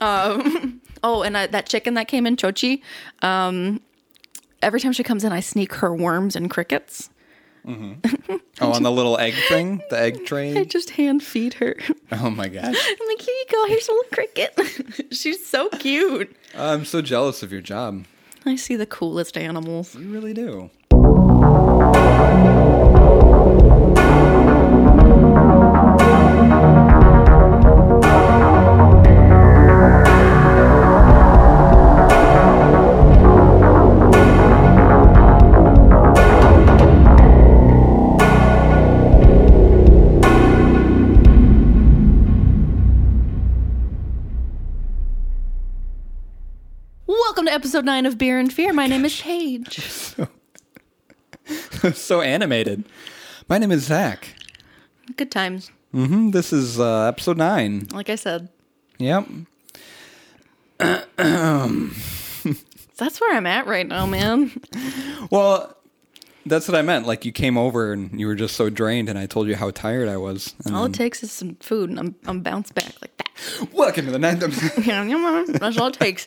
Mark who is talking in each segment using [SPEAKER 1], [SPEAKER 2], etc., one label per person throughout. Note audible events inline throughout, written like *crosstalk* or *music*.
[SPEAKER 1] Um, oh, and I, that chicken that came in, Chochi. Um, every time she comes in, I sneak her worms and crickets.
[SPEAKER 2] Oh, on the little egg thing, the egg
[SPEAKER 1] I *laughs*
[SPEAKER 2] tray.
[SPEAKER 1] just hand feed her. *laughs*
[SPEAKER 2] Oh my gosh,
[SPEAKER 1] I'm like, here you go. Here's a little cricket. *laughs* She's so cute.
[SPEAKER 2] I'm so jealous of your job.
[SPEAKER 1] I see the coolest animals.
[SPEAKER 2] You really do. *laughs*
[SPEAKER 1] Welcome to episode nine of Beer and Fear. My name is Paige.
[SPEAKER 2] so animated. My name is Zach.
[SPEAKER 1] Good times.
[SPEAKER 2] hmm This is uh, episode nine.
[SPEAKER 1] Like I said,
[SPEAKER 2] Yep.
[SPEAKER 1] that's where I'm at right now, man.
[SPEAKER 2] Well, that's what I meant. Like you came over and you were just so drained, and I told you how tired I was. *laughs* And
[SPEAKER 1] All it takes is some food, and I'm I'm bounce back like that. *laughs*
[SPEAKER 2] Welcome to the ninth.
[SPEAKER 1] That's all it takes.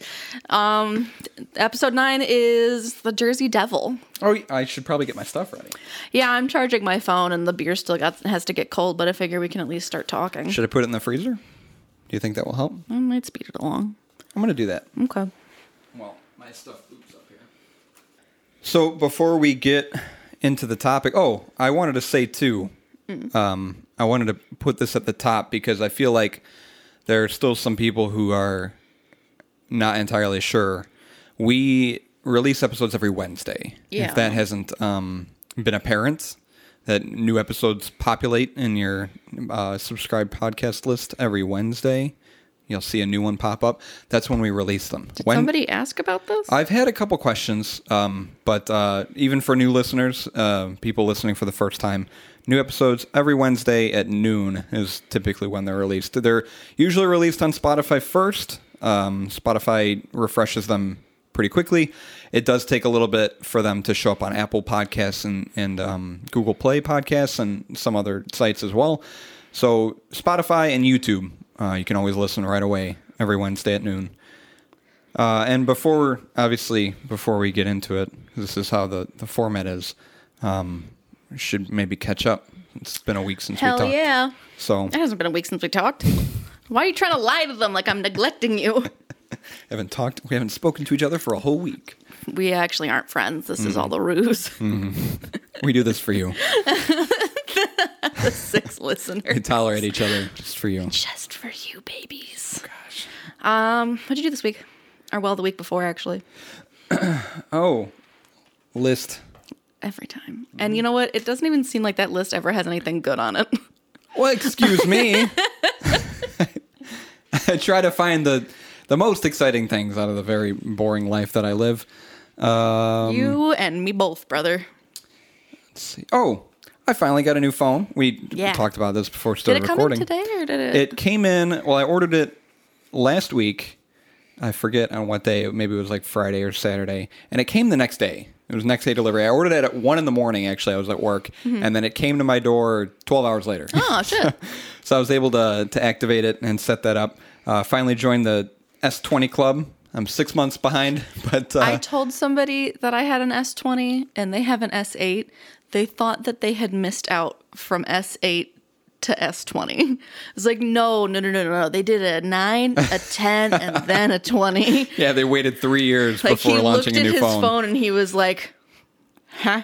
[SPEAKER 1] Um, episode nine is the Jersey Devil.
[SPEAKER 2] *laughs* oh, I should probably get my stuff ready.
[SPEAKER 1] Yeah, I'm charging my phone, and the beer still got has to get cold, but I figure we can at least start talking.
[SPEAKER 2] Should I put it in the freezer? Do you think that will help?
[SPEAKER 1] I might speed it along.
[SPEAKER 2] I'm gonna do that.
[SPEAKER 1] Okay.
[SPEAKER 2] Well, my stuff oops up here. So before we get into the topic, oh, I wanted to say too. Um, I wanted to put this at the top because I feel like there are still some people who are not entirely sure. We release episodes every Wednesday.
[SPEAKER 1] Yeah.
[SPEAKER 2] If that hasn't um, been apparent, that new episodes populate in your uh, subscribed podcast list every Wednesday. You'll see a new one pop up. That's when we release them.
[SPEAKER 1] Did
[SPEAKER 2] When-
[SPEAKER 1] somebody ask about this?
[SPEAKER 2] I've had a couple questions, um, but uh, even for new listeners, uh, people listening for the first time, new episodes every Wednesday at noon is typically when they're released. They're usually released on Spotify first. Um, Spotify refreshes them pretty quickly. It does take a little bit for them to show up on Apple Podcasts and, and um, Google Play Podcasts and some other sites as well. So, Spotify and YouTube, uh, you can always listen right away every Wednesday at noon. Uh, and before, obviously, before we get into it, this is how the, the format is. Um, we should maybe catch up. It's been a week since we
[SPEAKER 1] Hell
[SPEAKER 2] talked.
[SPEAKER 1] yeah.
[SPEAKER 2] So
[SPEAKER 1] It hasn't been a week since we talked. Why are you trying to lie to them like I'm neglecting you?
[SPEAKER 2] haven't talked. We haven't spoken to each other for a whole week.
[SPEAKER 1] We actually aren't friends. This
[SPEAKER 2] Mm.
[SPEAKER 1] is all the ruse.
[SPEAKER 2] We do this
[SPEAKER 1] *laughs*
[SPEAKER 2] for you.
[SPEAKER 1] the *laughs* six listeners.
[SPEAKER 2] *laughs* We tolerate each other just for you.
[SPEAKER 1] Just for you, babies.
[SPEAKER 2] Oh, Gosh.
[SPEAKER 1] Um, what'd you do this week? Or well, the week before, actually.
[SPEAKER 2] Oh, list.
[SPEAKER 1] Every time. And you know what? It doesn't even seem like that list ever has anything good on it.
[SPEAKER 2] Well, excuse me. *laughs* I try to find the the most exciting things out of the very boring life that I live. Um,
[SPEAKER 1] you and me both, brother.
[SPEAKER 2] see. Oh, I finally got a new phone. We
[SPEAKER 1] Yeah.
[SPEAKER 2] talked about this before we
[SPEAKER 1] Did
[SPEAKER 2] started
[SPEAKER 1] it come
[SPEAKER 2] recording.
[SPEAKER 1] in today or did it?
[SPEAKER 2] It came in. Well, I ordered it last week. I forget on what day. Maybe it was like Friday or Saturday, and it came the next day. It was next day delivery. I ordered it at one in the morning. Actually, I was at work,
[SPEAKER 1] Mm-hmm.
[SPEAKER 2] and then it came to my door twelve
[SPEAKER 1] *gasps*
[SPEAKER 2] hours later.
[SPEAKER 1] oh,
[SPEAKER 2] *laughs*
[SPEAKER 1] shit.
[SPEAKER 2] so I was able to to activate it and set that up. Uh, finally joined the S20 club. I'm six months behind, *laughs* but uh,
[SPEAKER 1] I told somebody that I had an S20 and they have an S8. They thought that they had missed out from S8 to S20. It's like, no, no, no, no, no. no. They did a 9,
[SPEAKER 2] *laughs*
[SPEAKER 1] a 10, and then a 20.
[SPEAKER 2] yeah, they waited three years
[SPEAKER 1] Like
[SPEAKER 2] before
[SPEAKER 1] he
[SPEAKER 2] launching
[SPEAKER 1] looked at
[SPEAKER 2] a new
[SPEAKER 1] his phone.
[SPEAKER 2] phone.
[SPEAKER 1] and he was like, huh?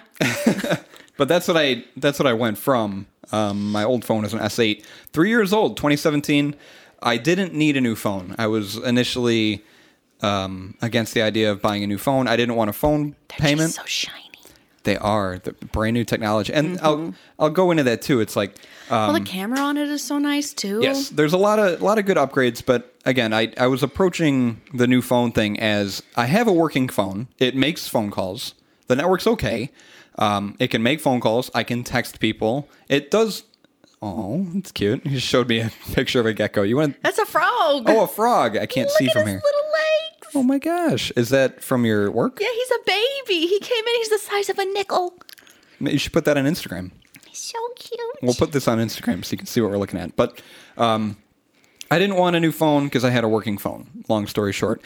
[SPEAKER 2] But that's what I that's what I went from. Um, my old phone is an S8, three years old, 2017. I didn't need a new phone. I was initially um, against the idea of buying a new phone. I didn't want a phone payment.
[SPEAKER 1] Just so shiny.
[SPEAKER 2] they are the brand new technology, and I'll I'll go into that too. It's like
[SPEAKER 1] well, the camera on it is so nice too.
[SPEAKER 2] Um, Yes, there's a lot of a lot of good upgrades, but again, I, I was approaching the new phone thing as I have a working phone. It makes phone calls. The network's okay. Um, it can make phone calls. I can text people. It does. Oh, it's cute. You showed me a *laughs* picture of a gecko. You want?
[SPEAKER 1] That's a frog.
[SPEAKER 2] Oh, a frog. I can't
[SPEAKER 1] Look
[SPEAKER 2] see
[SPEAKER 1] at
[SPEAKER 2] from
[SPEAKER 1] his
[SPEAKER 2] here.
[SPEAKER 1] little legs.
[SPEAKER 2] Oh my gosh, is that from your work?
[SPEAKER 1] Yeah, he's a baby. He came in, he's the size of a nickel.
[SPEAKER 2] You should put that on Instagram.
[SPEAKER 1] He's so cute.
[SPEAKER 2] We'll put this on Instagram so you can see what we're looking at. But um, I didn't want a new phone because I had a working phone. Long story short,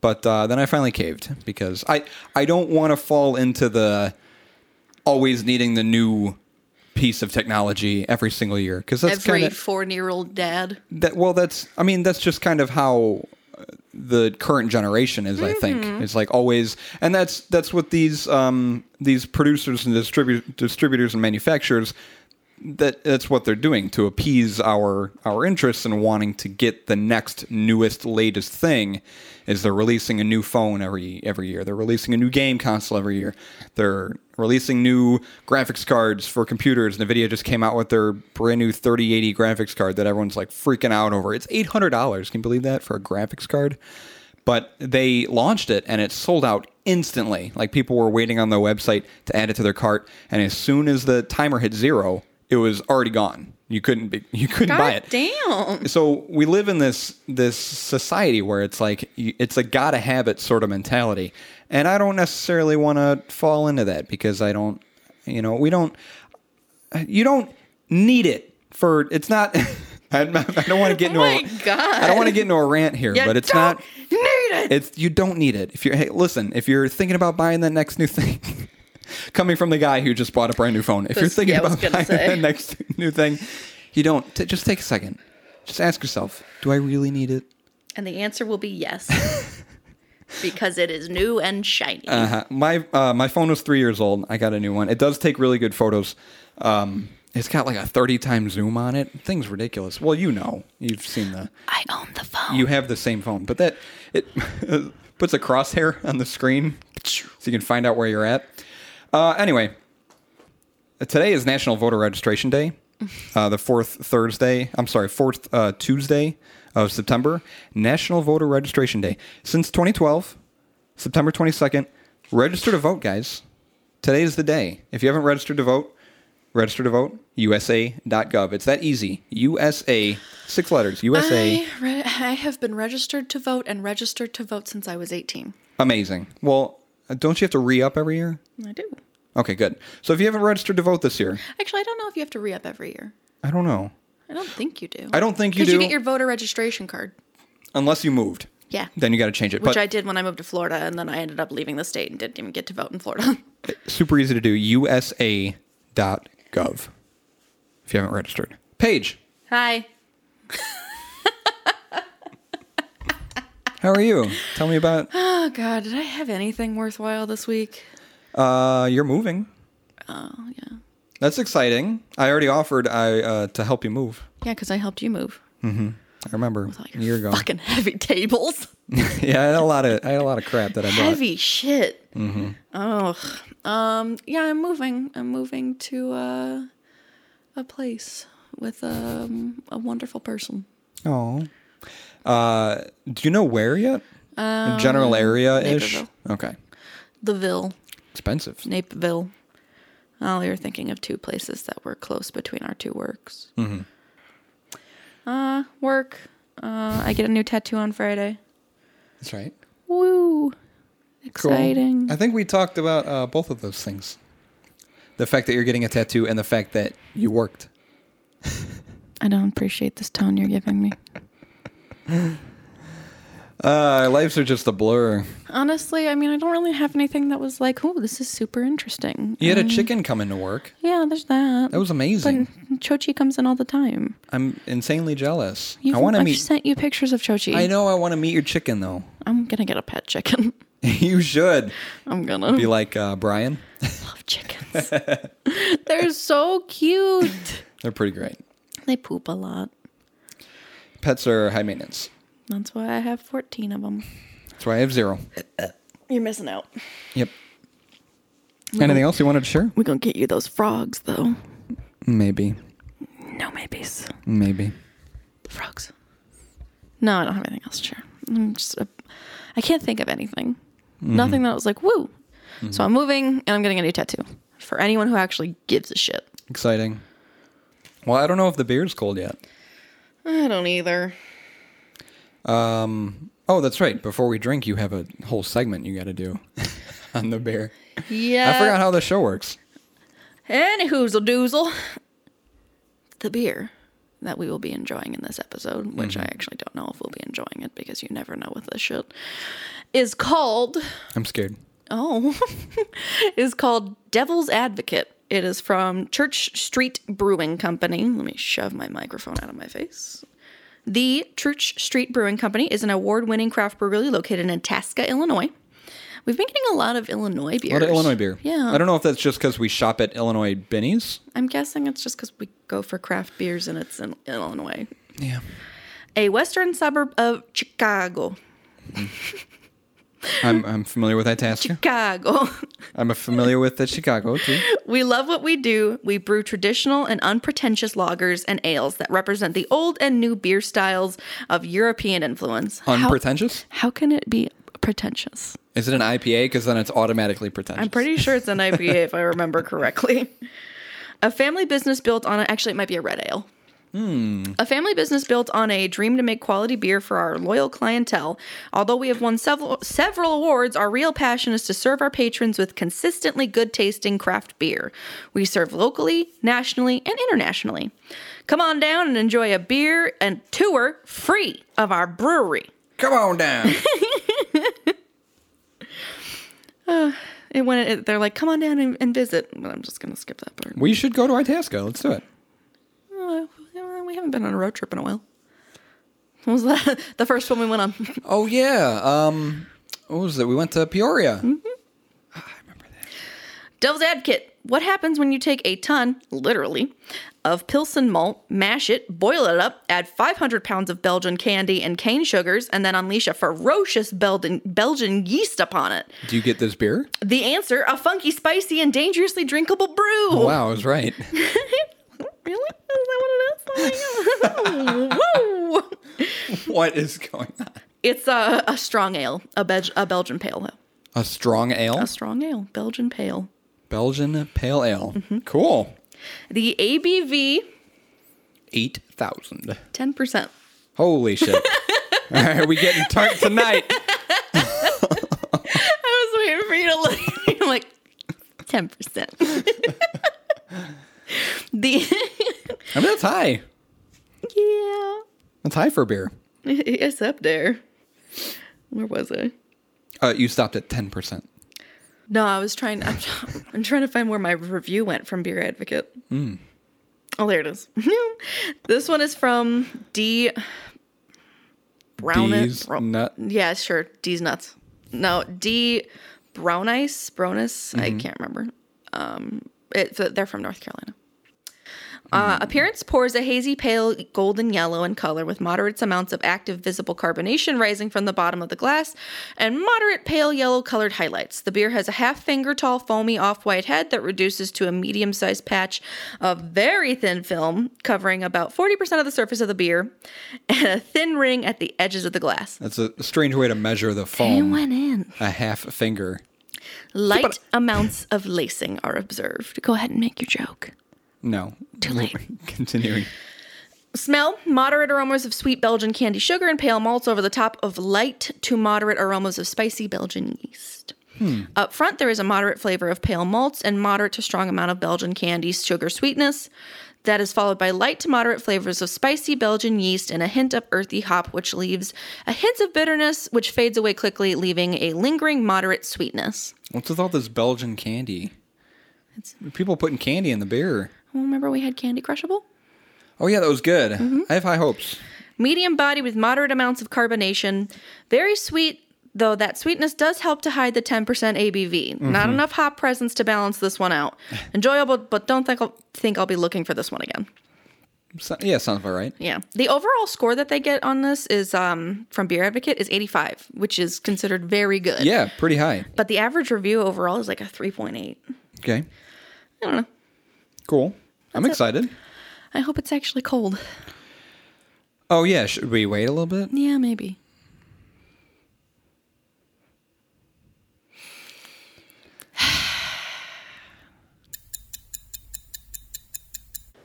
[SPEAKER 2] but uh, then I finally caved because I I don't want to fall into the always needing the new piece of technology every single year because that's
[SPEAKER 1] Every
[SPEAKER 2] kind of
[SPEAKER 1] four-year-old dad.
[SPEAKER 2] that well that's i mean that's just kind of how uh, the current generation is i think it's like always and that's that's what these um these producers and distribu- distributors and manufacturers that that's what they're doing to appease our our interests in wanting to get the next newest latest thing is they're releasing a new phone every every year they're releasing a new game console every year they're releasing new graphics cards for computers nvidia just came out with their brand new 3080 graphics card that everyone's like freaking out over it's $800 can you believe that for a graphics card but they launched it and it sold out instantly. Like people were waiting on the website to add it to their cart, and as soon as the timer hit zero, it was already gone. You couldn't be, *laughs* you couldn't buy
[SPEAKER 1] God
[SPEAKER 2] it.
[SPEAKER 1] damn.
[SPEAKER 2] So we live in this this society where it's like you- it's a gotta have it sort of mentality, and I don't necessarily want to fall into that because I don't, you know, we don't, you don't need it for it's not. *laughs* I'm not- I don't want to get
[SPEAKER 1] *laughs*
[SPEAKER 2] into.
[SPEAKER 1] Oh
[SPEAKER 2] a-
[SPEAKER 1] my God.
[SPEAKER 2] I don't want to get into a rant here,
[SPEAKER 1] You
[SPEAKER 2] but it's
[SPEAKER 1] don't
[SPEAKER 2] not.
[SPEAKER 1] need it.
[SPEAKER 2] It's you don't need it. If you're hey, listen, if you're thinking about buying that next new *laughs* thing, coming from the guy who just bought a brand new phone, if you're
[SPEAKER 1] This-
[SPEAKER 2] thinking
[SPEAKER 1] yeah, I was
[SPEAKER 2] about *laughs*
[SPEAKER 1] gonna
[SPEAKER 2] buying
[SPEAKER 1] say.
[SPEAKER 2] that next new thing, you don't. T- just take a second. Just ask yourself, do I really need it?
[SPEAKER 1] And the answer will be yes.
[SPEAKER 2] *laughs*
[SPEAKER 1] because it is new and shiny.
[SPEAKER 2] Uh, my uh, my phone was three years old. I got a new one. It does take really good photos. Um, it's got like a thirty time zoom on it. Thing's ridiculous. Well, you know, you've seen the.
[SPEAKER 1] I own the phone.
[SPEAKER 2] you have the same phone, but that it *laughs* puts a crosshair on the screen so you can find out where you're at. Uh, anyway, today is National Voter Registration Day, uh, the fourth Thursday. I'm sorry, fourth uh, Tuesday of September. National Voter Registration Day since 2012, September 22nd. Register to vote, guys. Today is the day. If you haven't registered to vote, register to vote. USA.gov. It's that easy. USA, six letters. USA.
[SPEAKER 1] I, re- I have been registered to vote and registered to vote since I was 18.
[SPEAKER 2] Amazing. Well, uh, don't you have to re up every year?
[SPEAKER 1] I do.
[SPEAKER 2] Okay, good. So if you haven't registered to vote this year,
[SPEAKER 1] Actually, I don't know if you have to re up every year.
[SPEAKER 2] I don't know.
[SPEAKER 1] I don't think you do.
[SPEAKER 2] I don't think you
[SPEAKER 1] Because you
[SPEAKER 2] do.
[SPEAKER 1] get your voter registration card,
[SPEAKER 2] Unless you moved.
[SPEAKER 1] Yeah.
[SPEAKER 2] Then you got to change it.
[SPEAKER 1] which
[SPEAKER 2] But
[SPEAKER 1] I did when I moved to Florida, and then I ended up leaving the state and didn't even get to vote in Florida. *laughs*
[SPEAKER 2] super easy to do. USA.gov if you haven't registered. Paige,
[SPEAKER 1] Hi.
[SPEAKER 2] how are you? Tell me about
[SPEAKER 1] Oh, God. Did I have anything worthwhile this week?
[SPEAKER 2] uh, you're moving.
[SPEAKER 1] Oh, yeah.
[SPEAKER 2] That's exciting. I already offered I uh, to help you move.
[SPEAKER 1] Yeah, because I helped you move.
[SPEAKER 2] I remember
[SPEAKER 1] All
[SPEAKER 2] a
[SPEAKER 1] your
[SPEAKER 2] year ago.
[SPEAKER 1] Fucking heavy tables.
[SPEAKER 2] *laughs* yeah, I had a lot of I had a lot of crap that I bought.
[SPEAKER 1] heavy shit. Oh, um, yeah. I'm moving. I'm moving to uh, a place with um, a wonderful person.
[SPEAKER 2] Oh. Uh, do you know where yet? Um, general area ish.
[SPEAKER 1] Naperville.
[SPEAKER 2] Okay.
[SPEAKER 1] The Ville,
[SPEAKER 2] Expensive.
[SPEAKER 1] Napeville. Oh, we were thinking of two places that were close between our two works. Uh, work. Uh, I get a new tattoo on Friday.
[SPEAKER 2] That's right.
[SPEAKER 1] Woo! Exciting.
[SPEAKER 2] I think we talked about uh, both of those things. The fact that you're getting a tattoo and the fact that you worked.
[SPEAKER 1] I don't appreciate this tone you're giving me.
[SPEAKER 2] Uh, lives are just a blur.
[SPEAKER 1] Honestly, I mean, I don't really have anything that was like, "Oh, this is super interesting."
[SPEAKER 2] You had a chicken come into work.
[SPEAKER 1] Yeah, there's that.
[SPEAKER 2] That was amazing.
[SPEAKER 1] But Chochi comes in all the time.
[SPEAKER 2] I'm insanely jealous.
[SPEAKER 1] You've,
[SPEAKER 2] I want to
[SPEAKER 1] I've
[SPEAKER 2] meet.
[SPEAKER 1] sent you pictures of Chochi.
[SPEAKER 2] I know I want to meet your chicken though. *laughs*
[SPEAKER 1] I'm gonna get a pet chicken. *laughs*
[SPEAKER 2] you should
[SPEAKER 1] I'm gonna
[SPEAKER 2] be like uh, Brian.
[SPEAKER 1] love chickens. *laughs* They're so
[SPEAKER 2] *laughs*
[SPEAKER 1] cute.
[SPEAKER 2] They're pretty great.
[SPEAKER 1] They poop a lot.
[SPEAKER 2] Pets are high maintenance.
[SPEAKER 1] That's why I have 14 of them.
[SPEAKER 2] That's why I have zero.
[SPEAKER 1] You're missing out.
[SPEAKER 2] Yep. Anything else you wanted to share?
[SPEAKER 1] We're gonna get you those frogs, though.
[SPEAKER 2] Maybe.
[SPEAKER 1] No maybes.
[SPEAKER 2] Maybe.
[SPEAKER 1] Frogs. No, I don't have anything else to share. I'm just, a, I can't think of anything. Nothing that was like, woo. So I'm moving and I'm getting a new tattoo for anyone who actually gives a shit.
[SPEAKER 2] Exciting. Well, I don't know if the beer's cold yet.
[SPEAKER 1] I don't either.
[SPEAKER 2] Um. Oh, that's right. Before we drink, you have a whole segment you got to do *laughs* on the beer.
[SPEAKER 1] Yeah.
[SPEAKER 3] Uh,
[SPEAKER 2] I forgot how the show works.
[SPEAKER 1] Any hoozle doozle. The beer
[SPEAKER 3] that we will be enjoying in this episode, which I actually don't know if we'll be enjoying it because you never know with this shit, is called
[SPEAKER 2] I'm scared.
[SPEAKER 3] Oh, *laughs* is called Devil's Advocate. It is from Church Street Brewing Company. Let me shove my microphone out of my face. The Church Street Brewing Company is an award winning craft brewery located in Tasca, Illinois. We've been getting a lot of Illinois beers.
[SPEAKER 2] A lot of Illinois beer.
[SPEAKER 3] Yeah.
[SPEAKER 2] I don't know if that's just because we shop at Illinois Benny's.
[SPEAKER 3] I'm guessing it's just because we go for craft beers and it's in Illinois.
[SPEAKER 2] Yeah.
[SPEAKER 3] A western suburb of Chicago.
[SPEAKER 2] I'm, I'm familiar with Itasca.
[SPEAKER 3] Chicago.
[SPEAKER 2] I'm familiar with the Chicago too.
[SPEAKER 3] We love what we do. We brew traditional and unpretentious lagers and ales that represent the old and new beer styles of European influence. How-
[SPEAKER 2] Unpretentious?
[SPEAKER 3] How, can it be pretentious?
[SPEAKER 2] Is it an IPA? Because then it's automatically pretentious.
[SPEAKER 3] I'm pretty sure it's an IPA if I remember correctly. A family business built on a, actually it might be a red ale. A family business built on a dream to make quality beer for our loyal clientele. Although we have won several several awards, our real passion is to serve our patrons with consistently good tasting craft beer. We serve locally, nationally, and internationally. Come on down and enjoy a beer and tour free of our brewery.
[SPEAKER 2] Come on down. *laughs*
[SPEAKER 3] And when it, they're like, "Come on down and, and visit," but I'm just gonna skip that part.
[SPEAKER 2] we should go to Itasca. Let's do it.
[SPEAKER 3] Uh, we haven't been on a road trip in a while. What was that? The *laughs* first one we went on.
[SPEAKER 2] Oh yeah. Um, what was it? We went to Peoria.
[SPEAKER 3] Hmm?
[SPEAKER 2] Ah, I remember that.
[SPEAKER 3] Devil's Advocate. What happens when you take a ton, literally, of Pilsen malt, mash it, boil it up, add 500 pounds of Belgian candy and cane sugars, and then unleash a ferocious Belgian, Belgian yeast upon it?
[SPEAKER 2] Do you get this beer?
[SPEAKER 3] The answer a funky, spicy, and dangerously drinkable brew.
[SPEAKER 2] Wow, I was right.
[SPEAKER 3] really? Is that what it is? Oh my God. Woo!
[SPEAKER 2] what is going on?
[SPEAKER 3] It's a, a strong ale, a, Bel- a Belgian pale ale.
[SPEAKER 2] A strong ale,
[SPEAKER 3] A strong ale, Belgian pale.
[SPEAKER 2] Belgian pale ale.
[SPEAKER 3] Mm-hmm.
[SPEAKER 2] Cool.
[SPEAKER 3] The ABV,
[SPEAKER 2] Eight thousand.
[SPEAKER 3] 10%.
[SPEAKER 2] Holy
[SPEAKER 3] *laughs*
[SPEAKER 2] shit. All right, we getting turned tonight.
[SPEAKER 3] I was waiting for you
[SPEAKER 1] *laughs*
[SPEAKER 3] to look at me I'm *laughs* like, 10%. the,
[SPEAKER 2] I mean, that's high.
[SPEAKER 3] yeah,
[SPEAKER 2] That's high for a beer.
[SPEAKER 3] it's up there. Where was I?
[SPEAKER 2] Uh, you stopped at ten percent.
[SPEAKER 3] No, I was trying, I'm, I'm trying to find where my review went from Beer Advocate. Oh, there it is. *laughs* this one is from D. Brown
[SPEAKER 2] Bees, nut.
[SPEAKER 3] Yeah, sure. D's nuts. No, D brown ice, brownice. I can't remember. Um, it, they're from North Carolina. Uh, appearance pours a hazy pale golden yellow in color with moderate amounts of active visible carbonation rising from the bottom of the glass and moderate pale yellow colored highlights. The beer has a half finger tall foamy off white head that reduces to a medium sized patch of very thin film covering about 40% of the surface of the beer and a thin ring at the edges of the glass.
[SPEAKER 2] That's a strange way to measure the
[SPEAKER 3] They
[SPEAKER 2] foam.
[SPEAKER 3] went in.
[SPEAKER 2] A half finger.
[SPEAKER 3] Light amounts of lacing are observed. Go ahead and make your joke.
[SPEAKER 2] No.
[SPEAKER 3] Too late.
[SPEAKER 2] *laughs* Continuing.
[SPEAKER 3] Smell moderate aromas of sweet Belgian candy sugar and pale malts over the top of light to moderate aromas of spicy Belgian yeast. Up front, there is a moderate flavor of pale malts and moderate to strong amount of Belgian candy sugar sweetness. That is followed by light to moderate flavors of spicy Belgian yeast and a hint of earthy hop, which leaves a hint of bitterness, which fades away quickly, leaving a lingering moderate sweetness.
[SPEAKER 2] What's with all this Belgian candy? People putting candy in the beer.
[SPEAKER 3] Well, remember we had Candy Crushable?
[SPEAKER 2] Oh yeah, that was good.
[SPEAKER 3] Mm-hmm.
[SPEAKER 2] I have high hopes.
[SPEAKER 3] Medium body with moderate amounts of carbonation. Very sweet, though that sweetness does help to hide the 10% ABV. Not enough hop presence to balance this one out. Enjoyable, but don't think I'll, think I'll be looking for this one again.
[SPEAKER 2] So- yeah, sounds about right.
[SPEAKER 3] Yeah. The overall score that they get on this is um, from Beer Advocate is 85, which is considered very good.
[SPEAKER 2] Yeah, pretty high.
[SPEAKER 3] But the average review overall is like a 3.8.
[SPEAKER 2] Okay,
[SPEAKER 3] I don't know.
[SPEAKER 2] cool. I'm excited.
[SPEAKER 3] I hope it's actually cold.
[SPEAKER 2] Oh yeah, should we wait a little bit?
[SPEAKER 3] Yeah, maybe.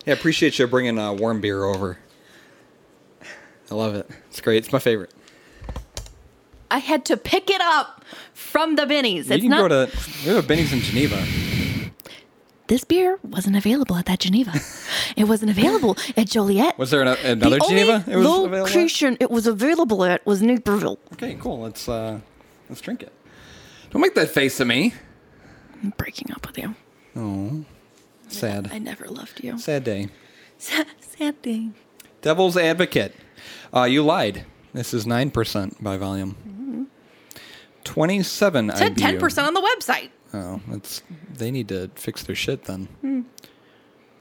[SPEAKER 2] Yeah, appreciate you bringing uh, warm beer over. I love it. It's great. It's my favorite.
[SPEAKER 3] I had to pick it up from the Binnies. It's
[SPEAKER 2] you can
[SPEAKER 3] not
[SPEAKER 2] go to we have a Benny's in Geneva.
[SPEAKER 1] this beer wasn't available at that Geneva. it wasn't available at Joliet.
[SPEAKER 2] Was there an, another
[SPEAKER 1] the
[SPEAKER 2] Geneva?
[SPEAKER 1] Only location it was available at was Naperville.
[SPEAKER 2] Okay, cool. Let's uh, let's drink it. Don't make that face at me.
[SPEAKER 1] I'm breaking up with you.
[SPEAKER 2] Sad.
[SPEAKER 1] I never loved you.
[SPEAKER 2] Sad day.
[SPEAKER 1] Sad, sad thing.
[SPEAKER 2] Devil's Advocate. Uh, you lied. This is 9% by volume.
[SPEAKER 3] Mm-hmm.
[SPEAKER 2] 27
[SPEAKER 1] It said
[SPEAKER 2] IBU.
[SPEAKER 1] ten percent on the website.
[SPEAKER 2] Oh, that's, they need to fix their shit then.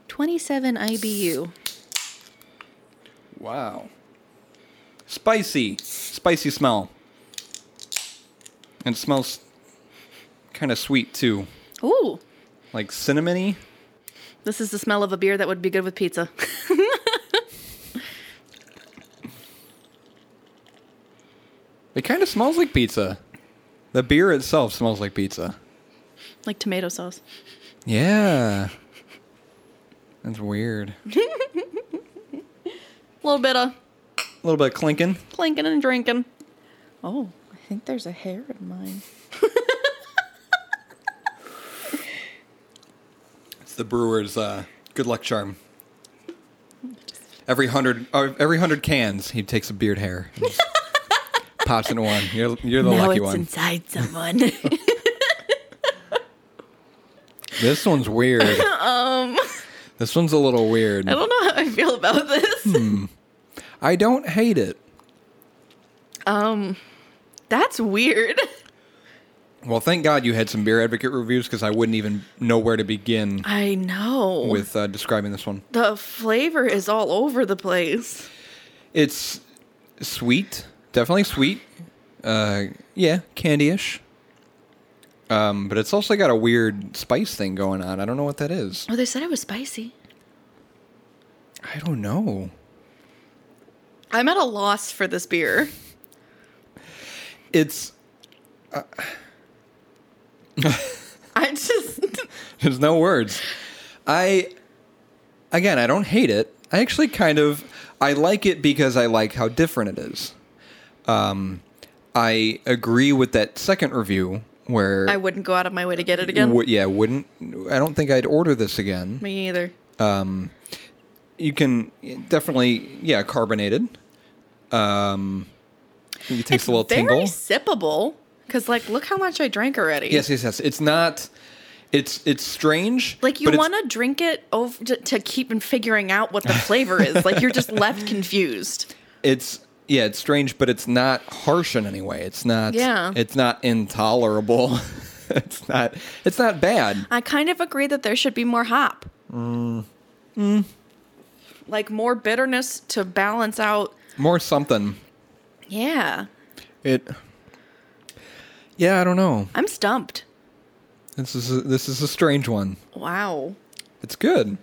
[SPEAKER 1] Twenty-seven IBU.
[SPEAKER 2] Wow. Spicy. Spicy smell. And it smells kind of sweet too.
[SPEAKER 1] Ooh,
[SPEAKER 2] Like cinnamony.
[SPEAKER 1] this is the smell of a beer that would be good with pizza. *laughs*
[SPEAKER 2] It kind of smells like pizza. The beer itself smells like pizza.
[SPEAKER 1] like tomato sauce.
[SPEAKER 2] Yeah. That's weird. A
[SPEAKER 1] A little bit of
[SPEAKER 2] little bit of clinking.
[SPEAKER 1] clinking and drinking. Oh, I think there's a hair in mine.
[SPEAKER 2] It's the brewer's uh, good luck charm. Every hundred, uh, every hundred cans, he takes a beard hair,
[SPEAKER 1] *laughs*
[SPEAKER 2] and just pops into one. You're, you're the
[SPEAKER 1] now
[SPEAKER 2] lucky
[SPEAKER 1] it's
[SPEAKER 2] one.
[SPEAKER 1] inside someone. *laughs*
[SPEAKER 2] This one's weird.
[SPEAKER 1] *laughs*
[SPEAKER 2] um, this one's a little weird.
[SPEAKER 1] I don't know how I feel about this.
[SPEAKER 2] I don't hate it.
[SPEAKER 1] That's weird.
[SPEAKER 2] Well, thank God you had some beer advocate reviews because I wouldn't even know where to begin
[SPEAKER 1] I know.
[SPEAKER 2] with uh, describing this one.
[SPEAKER 1] the flavor is all over the place.
[SPEAKER 2] It's sweet, definitely sweet. Uh, yeah, candy-ish. Um, but it's also got a weird spice thing going on. I don't know what that is.
[SPEAKER 1] Oh, they said it was spicy.
[SPEAKER 2] I don't know.
[SPEAKER 1] I'm at a loss for this beer. *laughs*
[SPEAKER 2] It's
[SPEAKER 1] I just
[SPEAKER 2] There's no words. I again, I don't hate it. I actually kind of I like it because I like how different it is. Um, I agree with that second review where
[SPEAKER 1] I wouldn't go out of my way to get it again.
[SPEAKER 2] wou- yeah wouldn't I don't think I'd order this again.
[SPEAKER 1] Me either.
[SPEAKER 2] Um, you can definitely yeah carbonated. Um, it takes a little
[SPEAKER 1] Very
[SPEAKER 2] tingle.
[SPEAKER 1] sippable. Cause like look how much I drank already.
[SPEAKER 2] Yes, yes, yes. It's not. It's it's strange.
[SPEAKER 1] Like you
[SPEAKER 2] but it's-
[SPEAKER 1] want to drink it over to, to keep and figuring out what the
[SPEAKER 2] *sighs*
[SPEAKER 1] flavor is. Like you're just
[SPEAKER 2] *laughs*
[SPEAKER 1] left confused.
[SPEAKER 2] it's yeah, it's strange, but it's not harsh in any way. It's not
[SPEAKER 1] Yeah.
[SPEAKER 2] it's not intolerable. *laughs* it's not it's not bad.
[SPEAKER 1] I kind of agree that there should be more hop.
[SPEAKER 2] Mm.
[SPEAKER 1] Mm. Like more bitterness to balance out.
[SPEAKER 2] More something.
[SPEAKER 1] Yeah.
[SPEAKER 2] It Yeah, I don't know.
[SPEAKER 1] I'm stumped.
[SPEAKER 2] This is a, this is a strange one.
[SPEAKER 1] Wow.
[SPEAKER 2] It's good.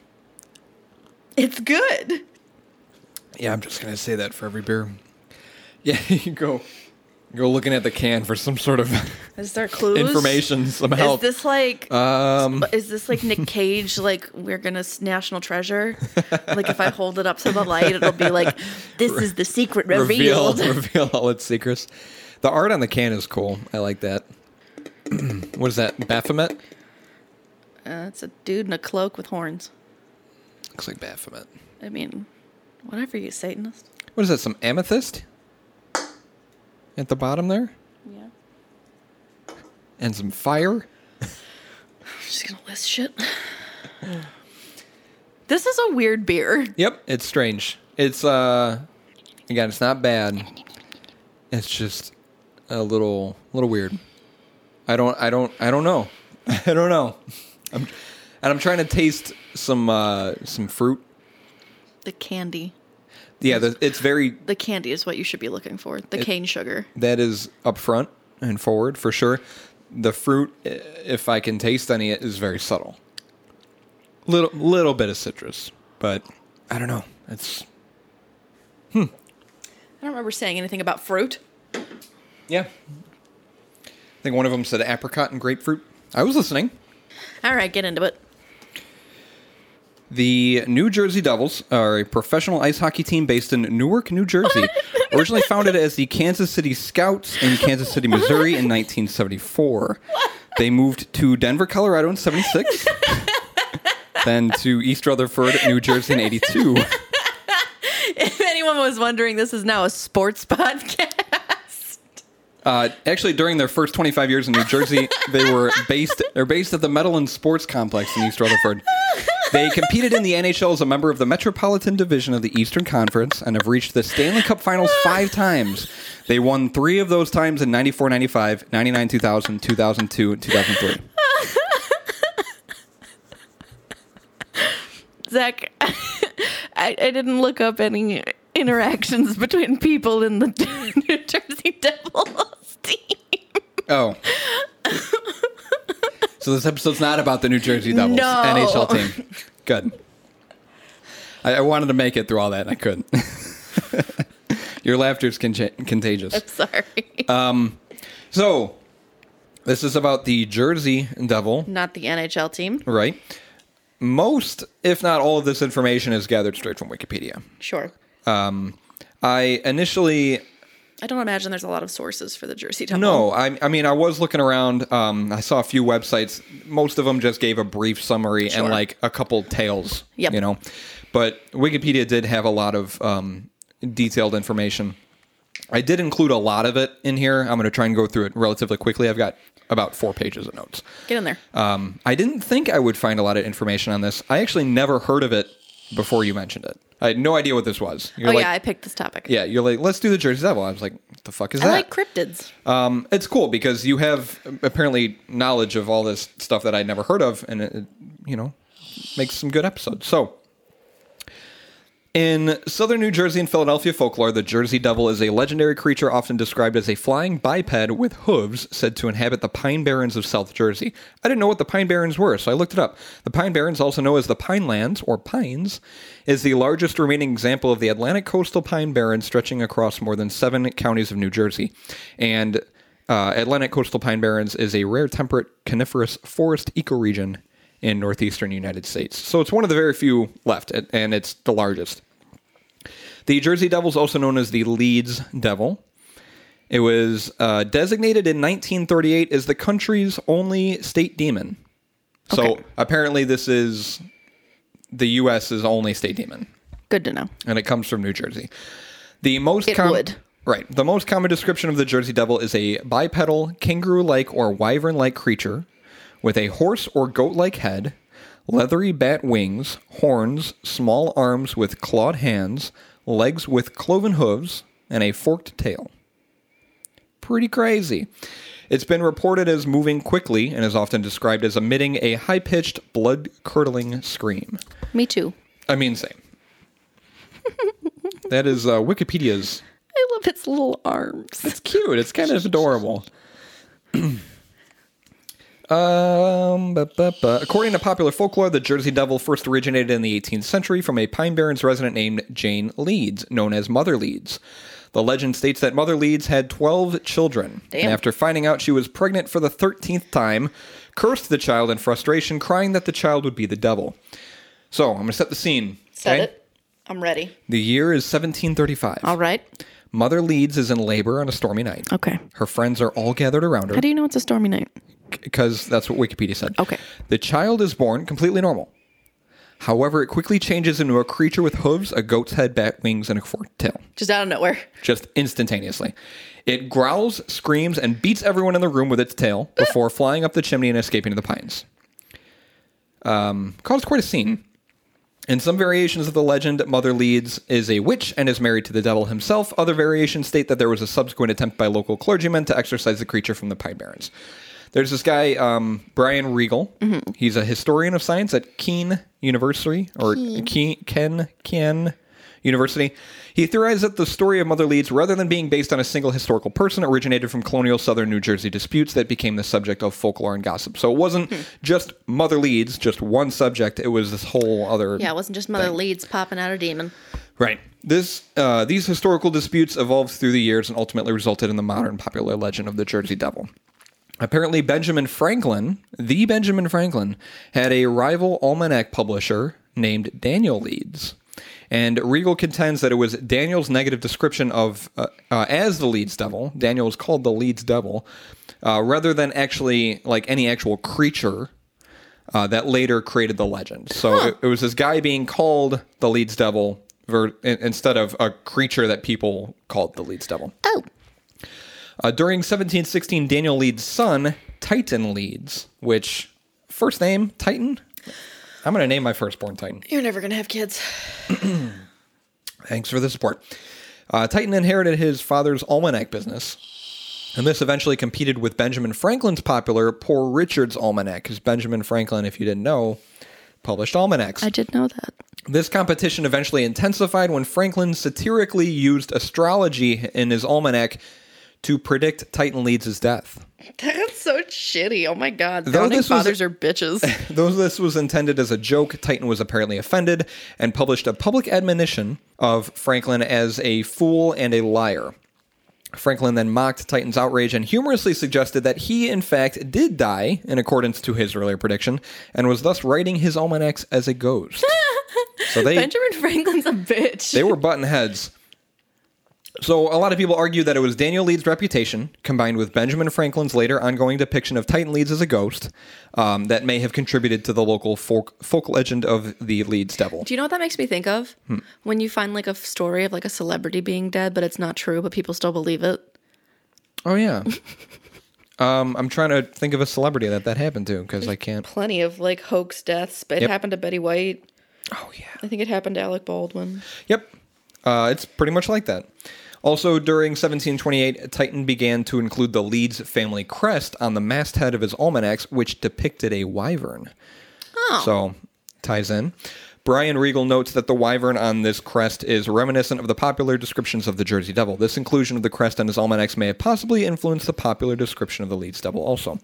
[SPEAKER 1] It's good.
[SPEAKER 2] Yeah, I'm just going to say that for every beer. Yeah, *laughs* you go go looking at the can for some sort of
[SPEAKER 1] Is there clues?
[SPEAKER 2] information, some
[SPEAKER 1] Is
[SPEAKER 2] help.
[SPEAKER 1] this like
[SPEAKER 2] um
[SPEAKER 1] is this like Nick
[SPEAKER 2] *laughs*
[SPEAKER 1] Cage like we're gonna s- national treasure? like if I hold it up to the light, it'll be like this is the secret
[SPEAKER 2] reveal
[SPEAKER 1] revealed.
[SPEAKER 2] *laughs* reveal all its secrets. The art on the can is cool. I like that. *clears throat* what is that? Baphomet?
[SPEAKER 1] Uh, it's a dude in a cloak with horns.
[SPEAKER 2] Looks like Baphomet.
[SPEAKER 1] I mean, whatever you Satanist.
[SPEAKER 2] What is that? Some amethyst at the bottom there,
[SPEAKER 1] Yeah.
[SPEAKER 2] and some fire.
[SPEAKER 1] I'm just gonna list shit. *sighs* this is a weird beer.
[SPEAKER 2] Yep, it's strange. It's uh, again, it's not bad. It's just a little, little weird. I don't, I don't, I don't know. *laughs* I don't know. I'm, and I'm trying to taste some, uh, some fruit.
[SPEAKER 1] The candy.
[SPEAKER 2] Yeah, the, it's very
[SPEAKER 1] The candy is what you should be looking for. The cane sugar.
[SPEAKER 2] that is up front and forward for sure. The fruit, i- if I can taste any, is very subtle. Little little bit of citrus, but I don't know. It's
[SPEAKER 1] I don't remember saying anything about fruit.
[SPEAKER 2] yeah. I think one of them said apricot and grapefruit. I was listening.
[SPEAKER 1] All right, get into it.
[SPEAKER 2] The New Jersey Devils are a professional ice hockey team based in Newark, New Jersey. Originally founded as the Kansas City Scouts in Kansas City, Missouri in 1974. They moved to Denver, Colorado in 76. then to East Rutherford, New Jersey in 82.
[SPEAKER 1] *laughs* If anyone was wondering, this is now a sports *laughs* podcast.
[SPEAKER 2] Uh, actually, during their first 25 years in New Jersey, they were based. They're based at the Meadowlands Sports Complex in East Rutherford. They competed in the NHL as a member of the Metropolitan Division of the Eastern Conference and have reached the Stanley Cup Finals five times. They won three of those times in 94, 95, 99, 2000, 2002, and 2003.
[SPEAKER 1] Zach, *laughs* I, I didn't look up any interactions between people in the *laughs* New Jersey Devils team.
[SPEAKER 2] Oh. so this episode's not about the New Jersey Devils
[SPEAKER 1] No.
[SPEAKER 2] NHL team. Good. I, I wanted to make it through all that and I couldn't. *laughs* Your laughter's conge- contagious.
[SPEAKER 1] I'm sorry.
[SPEAKER 2] So, this is about the Jersey Devil,
[SPEAKER 1] Not the NHL team.
[SPEAKER 2] right? Most, if not all, of this information is gathered straight from Wikipedia. Um,
[SPEAKER 1] Sure.
[SPEAKER 2] I initially
[SPEAKER 1] I don't imagine there's a lot of sources for the Jersey Devil.
[SPEAKER 2] No, I, I mean, I was looking around. Um, I saw a few websites. Most of them just gave a brief summary
[SPEAKER 1] Sure.
[SPEAKER 2] and like a couple tales.
[SPEAKER 1] Yep.
[SPEAKER 2] You know, but Wikipedia did have a lot of um, detailed information. I did include a lot of it in here. I'm going to try and go through it relatively quickly. I've got about four pages of notes.
[SPEAKER 1] Get in there.
[SPEAKER 2] Um, I didn't think I would find a lot of information on this. I actually never heard of it before you mentioned it. I had no idea what this was. You're
[SPEAKER 1] oh,
[SPEAKER 2] like,
[SPEAKER 1] yeah, I picked this topic.
[SPEAKER 2] yeah, you're like, let's do the Jersey Devil. I was like, what the fuck is
[SPEAKER 1] I
[SPEAKER 2] that?
[SPEAKER 1] like cryptids.
[SPEAKER 2] Um, it's cool because you have um, apparently knowledge of all this stuff that I'd never heard of, and it, it, you know makes some good episodes. So, in southern New Jersey and Philadelphia folklore, the Jersey Devil is a legendary creature often described as a flying biped with hooves said to inhabit the Pine Barrens of South Jersey. I didn't know what the Pine Barrens were, so I looked it up. The Pine Barrens, also known as the Pine Lands or Pines, is the largest remaining example of the Atlantic coastal Pine Barrens stretching across more than seven counties of New Jersey. And uh, Atlantic coastal Pine Barrens is a rare temperate coniferous forest ecoregion in northeastern United States. So it's one of the very few left, and- and it's the largest. The Jersey Devil is also known as the Leeds Devil. It was uh, designated in 1938 as the country's only state demon. So
[SPEAKER 1] Okay.
[SPEAKER 2] apparently, this is the U.S.'s only state demon
[SPEAKER 1] Good to know.
[SPEAKER 2] and it comes from New Jersey. The most
[SPEAKER 1] It would.
[SPEAKER 2] right. The most common description of the Jersey Devil is a bipedal, kangaroo-like or wyvern-like creature with a horse or goat-like head, leathery bat wings, horns, small arms with clawed hands, legs with cloven hooves, and a forked tail. Pretty crazy. It's been reported as moving quickly and is often described as emitting a high-pitched, blood-curdling scream.
[SPEAKER 1] Me too.
[SPEAKER 2] I mean, same. that is uh, Wikipedia's.
[SPEAKER 1] I love its little arms.
[SPEAKER 2] It's cute. It's kind of adorable. *clears throat* um, ba, ba, ba. According to popular folklore, the Jersey Devil first originated in the 18th century from a Pine Barrens resident named Jane Leeds, known as Mother Leeds. The legend states that Mother Leeds had 12 children.
[SPEAKER 1] Damn.
[SPEAKER 2] And after finding out she was pregnant for the 13th time, cursed the child in frustration, crying that the child would be the devil. So, I'm going to set the scene.
[SPEAKER 1] Said
[SPEAKER 2] okay?
[SPEAKER 1] it. I'm ready.
[SPEAKER 2] The year is 1735.
[SPEAKER 1] All right.
[SPEAKER 2] Mother Leeds is in labor on a stormy night.
[SPEAKER 1] Okay.
[SPEAKER 2] Her friends are all gathered around her
[SPEAKER 1] How do you know it's a stormy night?
[SPEAKER 2] because that's what Wikipedia said.
[SPEAKER 1] Okay.
[SPEAKER 2] The child is born completely normal. However, it quickly changes into a creature with hooves, a goat's head, bat wings, and a forked tail,
[SPEAKER 1] Just out of nowhere.
[SPEAKER 2] just instantaneously. It growls, screams, and beats everyone in the room with its tail before flying up the chimney and escaping to the pines. Um, caused quite a scene. In some variations of the legend, Mother Leeds is a witch and is married to the devil himself. Other variations state that there was a subsequent attempt by local clergymen to exorcise the creature from the Pine Barrens. There's this guy, um, Brian Regal. He's a historian of science at Keene University or Keene. Ken Ken University. He theorized that the story of Mother Leeds, rather than being based on a single historical person, originated from colonial southern New Jersey disputes that became the subject of folklore and gossip. So it wasn't just Mother Leeds, just one subject. It was this whole other
[SPEAKER 1] Yeah, it wasn't just Mother Leeds popping out a demon.
[SPEAKER 2] Right. This uh, these historical disputes evolved through the years and ultimately resulted in the modern popular legend of the Jersey Devil. Apparently, Benjamin Franklin, the Benjamin Franklin, had a rival almanac publisher named Daniel Leeds, and Regal contends that it was Daniel's negative description of uh, uh, as the Leeds Devil. Daniel was called the Leeds Devil, uh, rather than actually like any actual creature uh, that later created the legend. So it, it was this guy being called the Leeds Devil ver- in- instead of a creature that people called the Leeds Devil.
[SPEAKER 1] Oh.
[SPEAKER 2] Uh, during 1716, Daniel Leeds' son, Titan Leeds, which first name, Titan? I'm going to name my firstborn Titan.
[SPEAKER 1] You're never going to have kids.
[SPEAKER 2] Thanks for the support. Uh, Titan inherited his father's almanac business, and this eventually competed with Benjamin Franklin's popular Poor Richard's Almanac, because Benjamin Franklin, if you didn't know, published almanacs.
[SPEAKER 1] I did know that.
[SPEAKER 2] This competition eventually intensified when Franklin satirically used astrology in his almanac to predict Titan Leeds' death. *laughs*
[SPEAKER 1] That's so shitty. Oh my god.
[SPEAKER 2] Though
[SPEAKER 1] Founding
[SPEAKER 2] this was-
[SPEAKER 1] fathers are
[SPEAKER 2] *laughs*
[SPEAKER 1] bitches.
[SPEAKER 2] Though this was intended as a joke, Titan was apparently offended and published a public admonition of Franklin as a fool and a liar. Franklin then mocked Titan's outrage and humorously suggested that he, in fact, did die in accordance to his earlier prediction and was thus writing his almanacs as a ghost. so they,
[SPEAKER 1] Benjamin Franklin's a bitch.
[SPEAKER 2] they were button heads. So a lot of people argue that it was Daniel Leeds' reputation, combined with Benjamin Franklin's later ongoing depiction of Titan Leeds as a ghost, um, that may have contributed to the local folk, folk legend of the Leeds Devil.
[SPEAKER 1] Do you know what that makes me think of?
[SPEAKER 2] Hmm.
[SPEAKER 1] When you find like a f- story of like a celebrity being dead, but it's not true, but people still believe it.
[SPEAKER 2] Oh yeah. um, I'm trying to think of a celebrity that that happened to because I can't.
[SPEAKER 1] Plenty of like hoax deaths. But it
[SPEAKER 2] Yep.
[SPEAKER 1] happened to Betty White.
[SPEAKER 2] Oh yeah.
[SPEAKER 1] I think it happened to Alec Baldwin.
[SPEAKER 2] Yep. Uh, it's pretty much like that. Also, during 1728, Titan began to include the Leeds family crest on the masthead of his almanacs, which depicted a wyvern. Oh. So, ties in. Brian Regal notes that the wyvern on this crest is reminiscent of the popular descriptions of the Jersey Devil. This inclusion of the crest on his almanacs may have possibly influenced the popular description of the Leeds Devil also.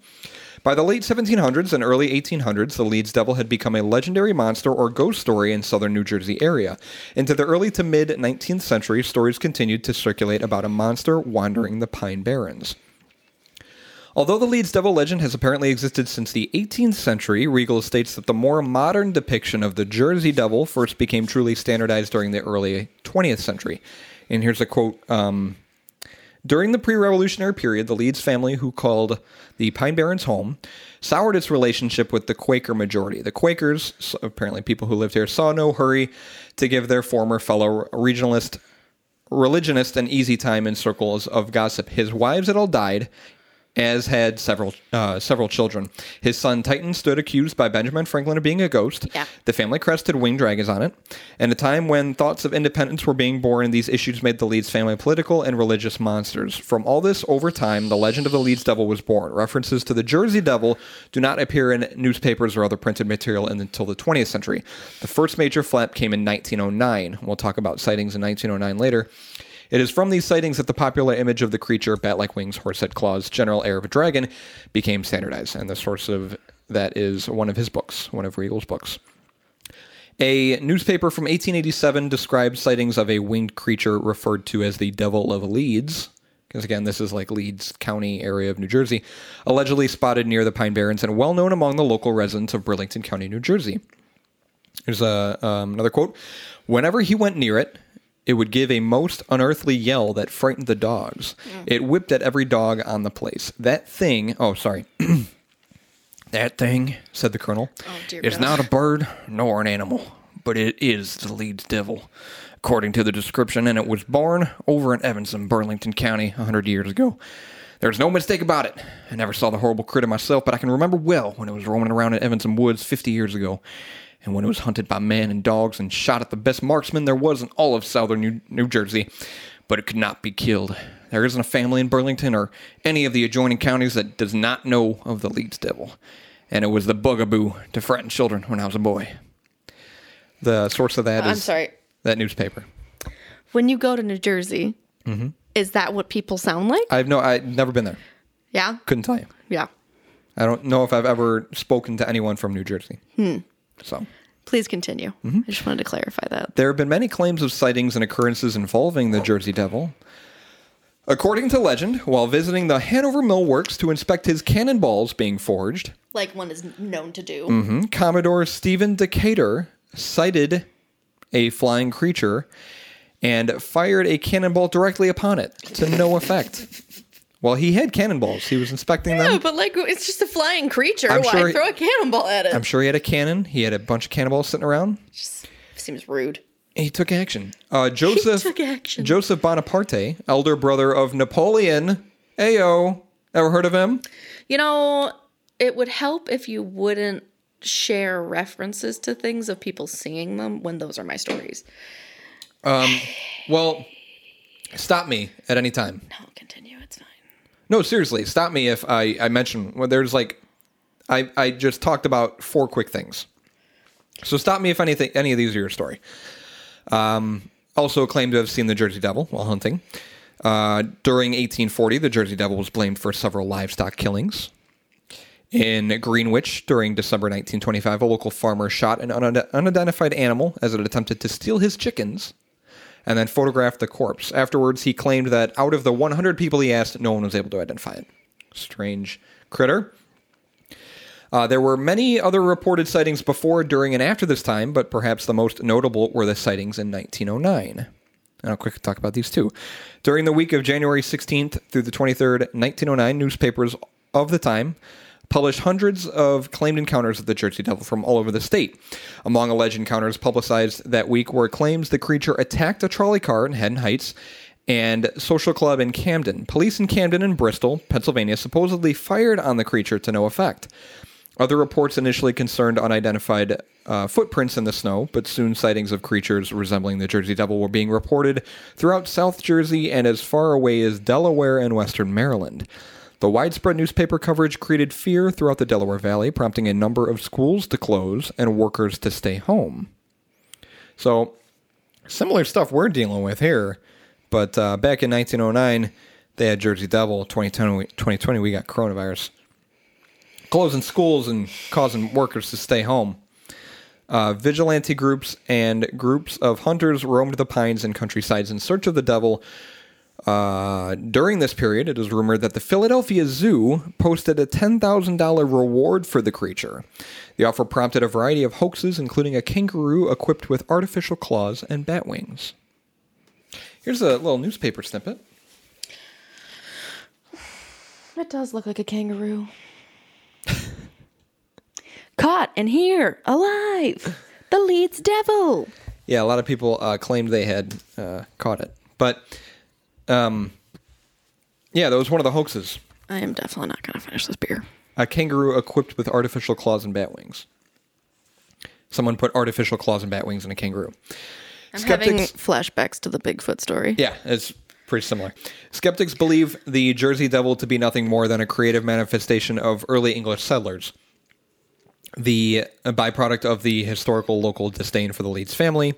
[SPEAKER 2] By the late 1700s and early 1800s, the Leeds Devil had become a legendary monster or ghost story in southern New Jersey area. Into the early to mid 19th century, stories continued to circulate about a monster wandering the Pine Barrens. Although the Leeds Devil legend has apparently existed since the 18th century, Regal states that the more modern depiction of the Jersey Devil first became truly standardized during the early 20th century. And here's a quote um, during the pre revolutionary period, the Leeds family, who called the Pine Barrens home, soured its relationship with the Quaker majority. The Quakers, s- apparently people who lived here, saw no hurry to give their former fellow regionalist, religionist an easy time in circles of gossip. His wives had all died. As had several uh, several children. His son Titan stood accused by Benjamin Franklin of being a ghost.
[SPEAKER 1] Yeah.
[SPEAKER 2] The family crest had winged dragons on it. And a time when thoughts of independence were being born, these issues made the Leeds family political and religious monsters. From all this, over time, the legend of the Leeds Devil was born. References to the Jersey Devil do not appear in newspapers or other printed material in- until the 20th century. The first major flap came in 1909. We'll talk about sightings in 1909 later. It is from these sightings that the popular image of the creature, bat-like wings, horse-head claws, general air of a dragon, became standardized, and the source of that is one of his books, one of Regal's books. A newspaper from 1887 describes sightings of a winged creature referred to as the Devil of Leeds, because again, this is like Leeds County area of New Jersey, allegedly spotted near the Pine Barrens and well known among the local residents of Burlington County, New Jersey. Here's a, um, another quote. Whenever he went near it, it would give a most unearthly yell that frightened the dogs. It whipped at every dog on the place. That thing, oh, sorry. that thing, said the colonel,
[SPEAKER 1] Oh, dear
[SPEAKER 2] is
[SPEAKER 1] God.
[SPEAKER 2] not a bird nor an animal, but it is the Leeds devil, according to the description, and it was born over in Evanston, Burlington County, a 100 years ago. There's no mistake about it. I never saw the horrible critter myself, but I can remember well when it was roaming around in Evanston Woods 50 years ago, and when it was hunted by men and dogs and shot at the best marksman there was in all of southern New, New Jersey, but it could not be killed. There isn't a family in Burlington or any of the adjoining counties that does not know of the Leeds Devil, and it was the bugaboo to frighten children when I was a boy. The source of that is
[SPEAKER 1] I'm sorry.
[SPEAKER 2] that newspaper.
[SPEAKER 1] When you go to New Jersey,
[SPEAKER 2] Mm-hmm.
[SPEAKER 1] is that what people sound like?
[SPEAKER 2] I've no, I've never been there.
[SPEAKER 1] yeah.
[SPEAKER 2] Couldn't tell you.
[SPEAKER 1] Yeah.
[SPEAKER 2] I don't know if I've ever spoken to anyone from New Jersey.
[SPEAKER 1] Hmm.
[SPEAKER 2] So
[SPEAKER 1] Please continue.
[SPEAKER 2] Mm-hmm.
[SPEAKER 1] I just wanted to clarify that.
[SPEAKER 2] there have been many claims of sightings and occurrences involving the Jersey Devil. According to legend, while visiting the Hanover Mill Works to inspect his cannonballs being forged,
[SPEAKER 1] Like one is known to do.
[SPEAKER 2] Mhm. Commodore Stephen Decatur sighted a flying creature and fired a cannonball directly upon it to no effect. Well, he had cannonballs. He was inspecting
[SPEAKER 1] No,
[SPEAKER 2] them.
[SPEAKER 1] but like it's just a flying creature.
[SPEAKER 2] I'm
[SPEAKER 1] Why
[SPEAKER 2] sure he-
[SPEAKER 1] throw a cannonball at it?
[SPEAKER 2] I'm sure he had a cannon. He had a bunch of cannonballs sitting around.
[SPEAKER 1] Seems rude.
[SPEAKER 2] He took action. Uh, Joseph
[SPEAKER 1] took action.
[SPEAKER 2] Joseph Bonaparte, elder brother of Napoleon. Ayo, ever heard of him?
[SPEAKER 1] You know, it would help if you wouldn't share references to things of people singing them when those are my stories.
[SPEAKER 2] Well, stop me at any time.
[SPEAKER 1] No, continue. It's fine.
[SPEAKER 2] No, seriously, stop me if I I mention well, there's like I I just talked about four quick things. So stop me if anything any of these are your story. Um also claimed to have seen the Jersey Devil while hunting. Uh, during 1840, the Jersey Devil was blamed for several livestock killings. In Greenwich, during December 1925, a local farmer shot an unide- unidentified animal as it attempted to steal his chickens and then photographed the corpse. Afterwards, he claimed that out of the 100 people he asked, no one was able to identify it. Strange critter. Uh, there were many other reported sightings before, during, and after this time, but perhaps the most notable were the sightings in 1909. And I'll quickly talk about these two. During the week of January 16th through the 23rd, 1909, newspapers of the time published hundreds of claimed encounters of the Jersey Devil from all over the state. Among alleged encounters publicized that week were claims the creature attacked a trolley car in Haddon Heights and social club in Camden. Police in Camden and Bristol, Pennsylvania, supposedly fired on the creature to no effect. Other reports initially concerned unidentified uh, footprints in the snow, but soon sightings of creatures resembling the Jersey Devil were being reported throughout South Jersey and as far away as Delaware and western Maryland. The widespread newspaper coverage created fear throughout the Delaware Valley, prompting a number of schools to close and workers to stay home. So, similar stuff we're dealing with here, but uh, back in 1909, they had Jersey Devil. 2020, 2020 we got coronavirus closing schools and causing workers to stay home. Uh, vigilante groups and groups of hunters roamed the pines and countrysides in search of the devil. Uh, during this period, it is rumored that the Philadelphia Zoo posted a $10,000 reward for the creature. The offer prompted a variety of hoaxes, including a kangaroo equipped with artificial claws and bat wings. Here's a little newspaper snippet.
[SPEAKER 1] It does look like a kangaroo. *laughs* Caught in here, alive. The Leeds Devil.
[SPEAKER 2] Yeah, a lot of people uh, claimed they had uh, caught it, but um, yeah, that was one of the hoaxes.
[SPEAKER 1] I am definitely not going to finish this beer.
[SPEAKER 2] A kangaroo equipped with artificial claws and bat wings. Someone put artificial claws and bat wings in a kangaroo.
[SPEAKER 1] I'm having flashbacks to the Bigfoot story.
[SPEAKER 2] Yeah, it's pretty similar. Skeptics believe the Jersey Devil to be nothing more than a creative manifestation of early English settlers. The a byproduct of the historical local disdain for the Leeds family,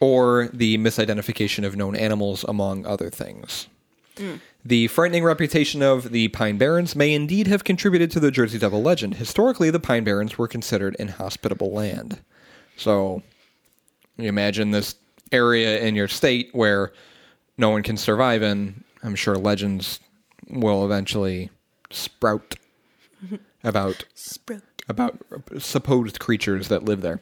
[SPEAKER 2] or the misidentification of known animals, among other things. The frightening reputation of the Pine Barrens may indeed have contributed to the Jersey Devil legend. Historically, the Pine Barrens were considered inhospitable land. So, you imagine this area in your state where no one can survive in. I'm sure legends will eventually sprout about about supposed creatures that live there.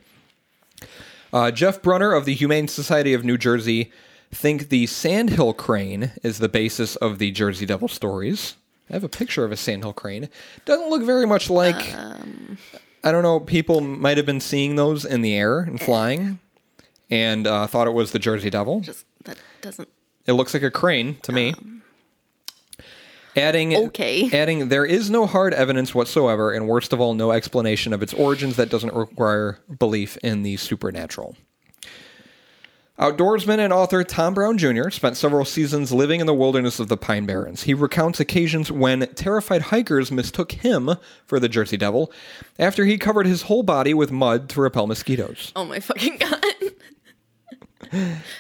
[SPEAKER 2] Uh, Jeff Brunner of the Humane Society of New Jersey think the sandhill crane is the basis of the Jersey Devil stories. I have a picture of a sandhill crane. Doesn't look very much like. I don't know. People might have been seeing those in the air and flying, and uh, thought it was the Jersey Devil.
[SPEAKER 1] Just that doesn't.
[SPEAKER 2] It looks like a crane to me. Adding
[SPEAKER 1] Okay.
[SPEAKER 2] adding there is no hard evidence whatsoever, and worst of all, no explanation of its origins that doesn't require belief in the supernatural. Outdoorsman and author Tom Brown Jr. spent several seasons living in the wilderness of the Pine Barrens. He recounts occasions when terrified hikers mistook him for the Jersey Devil after he covered his whole body with mud to repel mosquitoes.
[SPEAKER 1] Oh my *laughs* fucking god.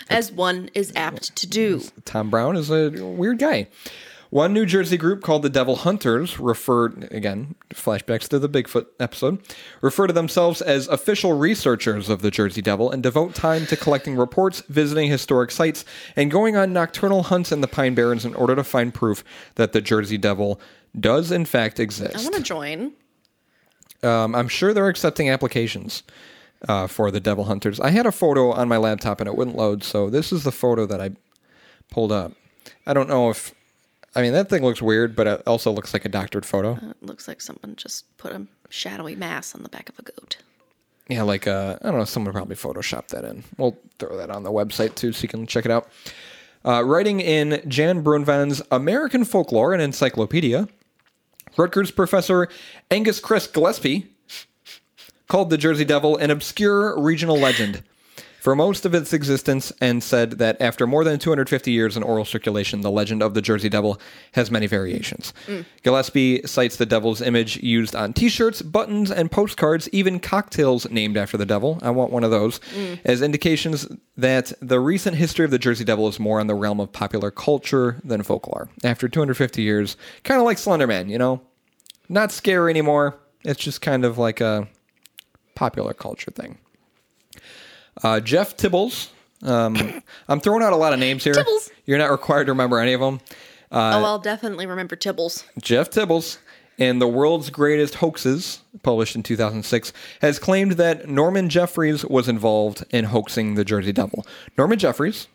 [SPEAKER 1] As one is apt to do.
[SPEAKER 2] Tom Brown is a weird guy. One New Jersey group called the Devil Hunters referred, again, flashbacks to the Bigfoot episode, refer to themselves as official researchers of the Jersey Devil and devote time to collecting reports, visiting historic sites, and going on nocturnal hunts in the Pine Barrens in order to find proof that the Jersey Devil does, in fact,
[SPEAKER 1] I
[SPEAKER 2] exist.
[SPEAKER 1] want to join.
[SPEAKER 2] Um, I'm sure they're accepting applications uh, for the Devil Hunters. I had a photo on my laptop and it wouldn't load, so this is the photo that I pulled up. I don't know if I mean, that thing looks weird, but it also looks like a doctored photo.
[SPEAKER 1] It looks like someone just put a shadowy mass on the back of a goat.
[SPEAKER 2] Yeah, like uh, I don't know, someone probably photoshopped that in. We'll throw that on the website too, so you can check it out. Uh, writing in Jan Brunven's American Folklore and Encyclopedia, Rutgers professor Angus Chris Gillespie called the Jersey Devil an obscure regional legend for most of its existence and said that after more than 250 years in oral circulation, the legend of the Jersey Devil has many variations. Gillespie cites the devil's image used on t shirts, buttons, and postcards, even cocktails named after the devil. I want one of those, as indications that the recent history of the Jersey Devil is more on the realm of popular culture than folklore. After 250 years, kind of like Slender Man, you know? Not scary anymore. It's just kind of like a popular culture thing. Uh, Jeff Tibbles. Um, *coughs* I'm throwing out a lot of names here.
[SPEAKER 1] Tibbles.
[SPEAKER 2] You're not required to remember any of them.
[SPEAKER 1] oh, I'll definitely remember Tibbles.
[SPEAKER 2] Jeff Tibbles, in The World's Greatest Hoaxes, published in 2006, has claimed that Norman Jeffries was involved in hoaxing the Jersey Devil. Norman Jeffries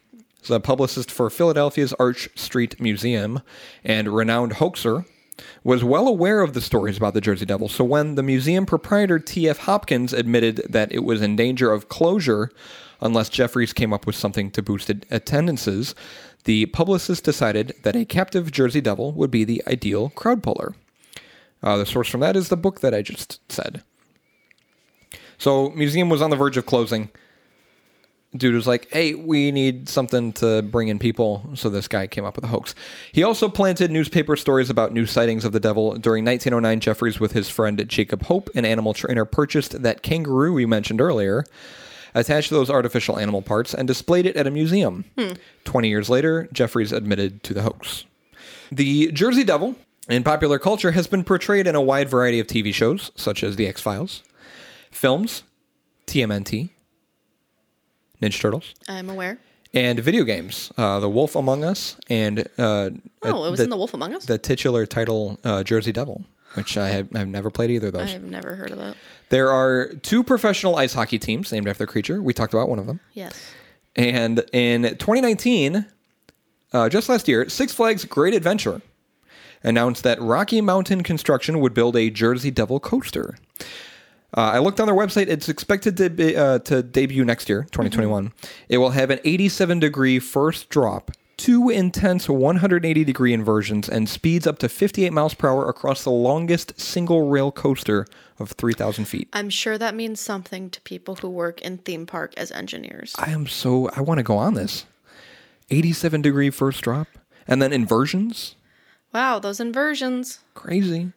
[SPEAKER 2] is a publicist for Philadelphia's Arch Street Museum and renowned hoaxer. Was well aware of the stories about the Jersey Devil, so when the museum proprietor T.F. Hopkins admitted that it was in danger of closure unless Jeffries came up with something to boost it- attendances, the publicist decided that a captive Jersey Devil would be the ideal crowd puller. Uh, the source from that is the book that I just said. So museum was on the verge of closing. Dude was like, "Hey, we need something to bring in people." So this guy came up with a hoax. He also planted newspaper stories about new sightings of the devil. During 1909, Jeffries, with his friend Jacob Hope, an animal trainer, purchased that kangaroo we mentioned earlier, attached those artificial animal parts, and displayed it at a museum. Twenty years later, Jeffries admitted to the hoax. The Jersey Devil in popular culture has been portrayed in a wide variety of TV shows, such as The X Files, films, TMNT, Ninja Turtles,
[SPEAKER 1] I'm aware.
[SPEAKER 2] and video games. Uh, the Wolf Among Us and uh,
[SPEAKER 1] Oh, it was
[SPEAKER 2] the,
[SPEAKER 1] in The Wolf Among Us?
[SPEAKER 2] the titular title uh, Jersey Devil, which I have I've never played either of those.
[SPEAKER 1] I've never heard of that.
[SPEAKER 2] There are two professional ice hockey teams named after the creature. We talked about one of them.
[SPEAKER 1] Yes.
[SPEAKER 2] And in 2019, uh, just last year, Six Flags Great Adventure announced that Rocky Mountain Construction would build a Jersey Devil coaster. Uh, I looked on their website. It's expected to be, uh, to debut next year, 2021. It will have an 87 degree first drop, two intense 180 degree inversions, and speeds up to 58 miles per hour across the longest single rail coaster of 3,000 feet.
[SPEAKER 1] I'm sure that means something to people who work in theme park as engineers.
[SPEAKER 2] I am so I want to go on this. 87 degree first drop and then inversions.
[SPEAKER 1] Wow, those inversions.
[SPEAKER 2] Crazy.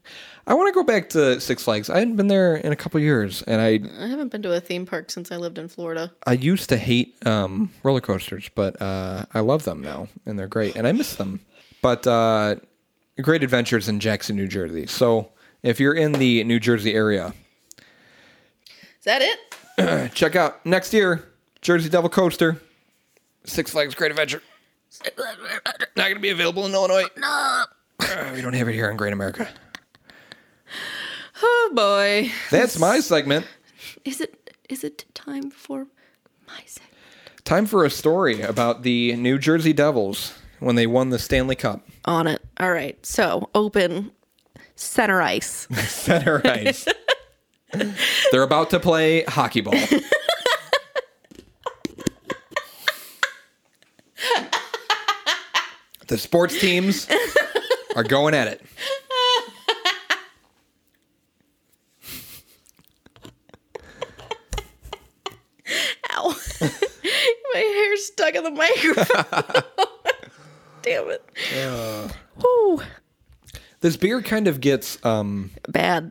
[SPEAKER 2] I want to go back to Six Flags. I hadn't been there in a couple years and I
[SPEAKER 1] I haven't been to a theme park since I lived in Florida.
[SPEAKER 2] I used to hate um, roller coasters, but uh, I love them now and they're great and I miss them. But uh, Great Adventures in Jackson, New Jersey. So if you're in the New Jersey area,
[SPEAKER 1] Is that it?
[SPEAKER 2] check out next year Jersey Devil Coaster, Six Flags Great Adventure. Not going to be available in Illinois. No. we don't have it here in Great America.
[SPEAKER 1] Oh boy.
[SPEAKER 2] That's my segment.
[SPEAKER 1] Is it is it time for my segment?
[SPEAKER 2] Time for a story about the New Jersey Devils when they won the Stanley *laughs* Cup.
[SPEAKER 1] On it. All right. So open center ice.
[SPEAKER 2] Center ice. They're about to play hockey ball. the sports teams are going at it.
[SPEAKER 1] Ow. my hair's stuck in the microphone.
[SPEAKER 2] *laughs*
[SPEAKER 1] Damn it. Whew.
[SPEAKER 2] This beer kind of gets um,
[SPEAKER 1] Bad.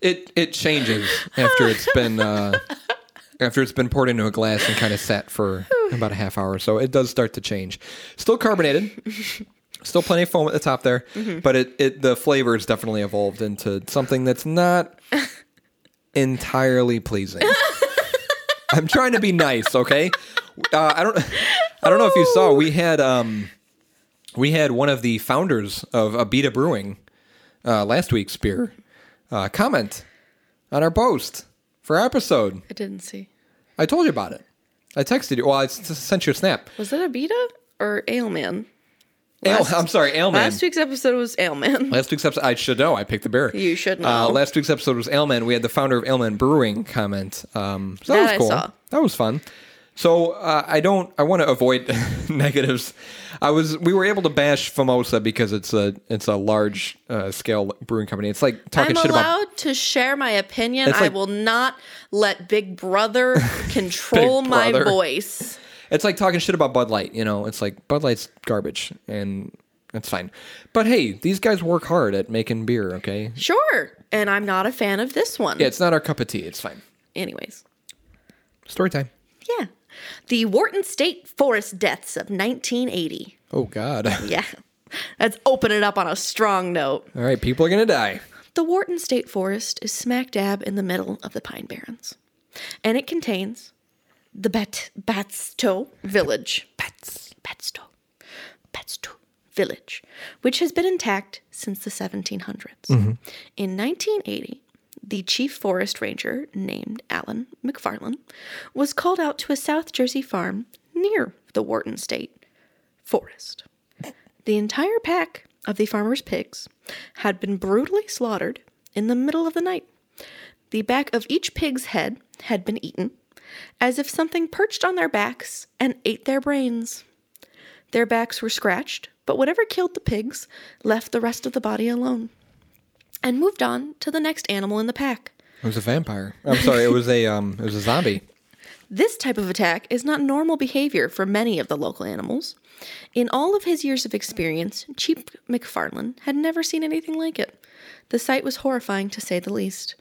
[SPEAKER 2] It it changes after it's been uh, after it's been poured into a glass and kind of sat for about a half hour. or So it does start to change. Still carbonated. Still plenty of foam at the top there, but it, it the flavor has definitely evolved into something that's not entirely pleasing. I'm trying to be nice, okay? Uh, I don't I don't know if you saw we had um we had one of the founders of Abita Brewing uh, last week's beer uh, comment on our post for our episode.
[SPEAKER 1] I didn't see.
[SPEAKER 2] I told you about it. I texted you. Well, I s- sent you a snap.
[SPEAKER 3] Was that a beta or Ailman?
[SPEAKER 2] Ale,
[SPEAKER 3] Last-
[SPEAKER 2] I'm sorry, Ailman.
[SPEAKER 3] Last week's episode was Ailman.
[SPEAKER 2] Last week's episode, I should know. I picked the beer.
[SPEAKER 3] You should
[SPEAKER 2] Uh,
[SPEAKER 3] know.
[SPEAKER 2] last week's episode was Ailman. We had the founder of Ailman Brewing comment. Um, so that,
[SPEAKER 3] That
[SPEAKER 2] was
[SPEAKER 3] I
[SPEAKER 2] cool.
[SPEAKER 3] saw.
[SPEAKER 2] That was fun. So uh, I don't. I want to avoid *laughs* negatives. I was. We were able to bash Famosa because it's a it's a large uh, scale brewing company. It's like talking
[SPEAKER 3] I'm
[SPEAKER 2] shit about
[SPEAKER 3] allowed to share my opinion.
[SPEAKER 2] It's
[SPEAKER 3] I
[SPEAKER 2] like-
[SPEAKER 3] will not let Big Brother control
[SPEAKER 2] *laughs* Big
[SPEAKER 3] my
[SPEAKER 2] Brother.
[SPEAKER 3] voice.
[SPEAKER 2] It's like talking shit about Bud Light. You know, it's like Bud Light's garbage, and that's fine. But hey, these guys work hard at making beer. Okay,
[SPEAKER 3] Sure. And I'm not a fan of this one.
[SPEAKER 2] yeah, it's not our cup of tea. It's fine.
[SPEAKER 3] Anyways.
[SPEAKER 2] Story time.
[SPEAKER 3] Yeah. The Wharton State Forest deaths of *laughs* 1980.
[SPEAKER 2] Oh God.
[SPEAKER 3] Yeah. Let's open it up on a strong note.
[SPEAKER 2] *laughs* All right, people are gonna die.
[SPEAKER 3] The Wharton State Forest is smack dab in the middle of the Pine Barrens, and it contains the Bat Batstow Village. Bats Batstow Batstow Village, which has been intact since the 1700s. In 1980, the chief forest ranger named Alan McFarlane was called out to a South Jersey farm near the Wharton State Forest. The entire pack of the farmer's pigs had been brutally slaughtered in the middle of the night. The back of each pig's head had been eaten, as if something perched on their backs and ate their brains. Their backs were scratched, but whatever killed the pigs left the rest of the body alone and moved on to the next animal in the pack.
[SPEAKER 2] It was a vampire. I'm sorry. It was a um. It was a zombie.
[SPEAKER 3] This type of attack is not normal behavior for many of the local animals. In all of his years of experience, Chief McFarlane had never seen anything like it. The sight was horrifying to say the least.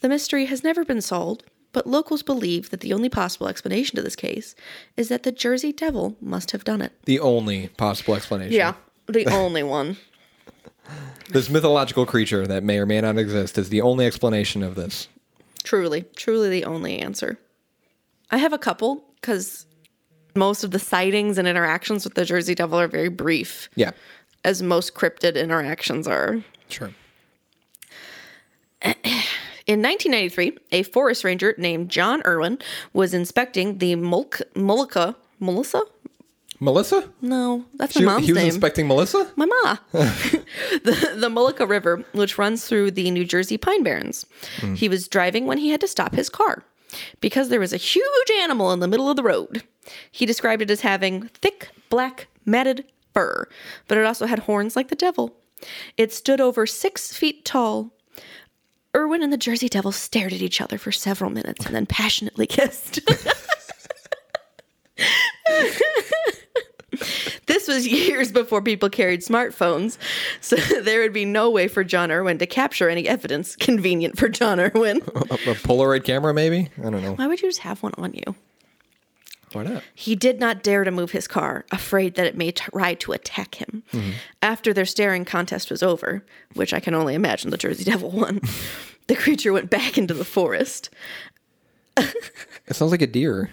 [SPEAKER 3] The mystery has never been solved, but locals believe that the only possible explanation to this case is that the Jersey Devil must have done it.
[SPEAKER 2] The only possible explanation.
[SPEAKER 3] *laughs* the only one.
[SPEAKER 2] This mythological creature that may or may not exist is the only explanation of this.
[SPEAKER 3] Truly, truly the only answer. I have a couple because most of the sightings and interactions with the Jersey Devil are very brief.
[SPEAKER 2] Yeah.
[SPEAKER 3] as most cryptid interactions are.
[SPEAKER 2] Sure.
[SPEAKER 3] In 1993, a forest ranger named John Irwin was inspecting the Mulk, Mullica. Melissa?
[SPEAKER 2] Melissa.
[SPEAKER 3] No, that's
[SPEAKER 2] She-
[SPEAKER 3] my mom's
[SPEAKER 2] he was
[SPEAKER 3] name.
[SPEAKER 2] inspecting *laughs* Melissa.
[SPEAKER 3] my ma. *laughs* the, the Mullica River, which runs through the New Jersey Pine Barrens. He was driving when he had to stop his car because there was a huge animal in the middle of the road. He described it as having thick, black, matted fur, but it also had horns like the devil. It stood over six feet tall. Irwin and the Jersey Devil stared at each other for several minutes and then passionately *laughs* kissed. This was *laughs* years before people carried smartphones, so *laughs* there would be no way for John Irwin to capture any evidence convenient for John Irwin.
[SPEAKER 2] A, a Polaroid camera, maybe. I don't know.
[SPEAKER 3] *laughs* Why would you just have one on you?
[SPEAKER 2] Why not?
[SPEAKER 3] He did not dare to move his car, afraid that it may try to attack him. After their staring contest was over, which I can only imagine the Jersey Devil *laughs* won, the creature went back into the forest.
[SPEAKER 2] It sounds like a deer.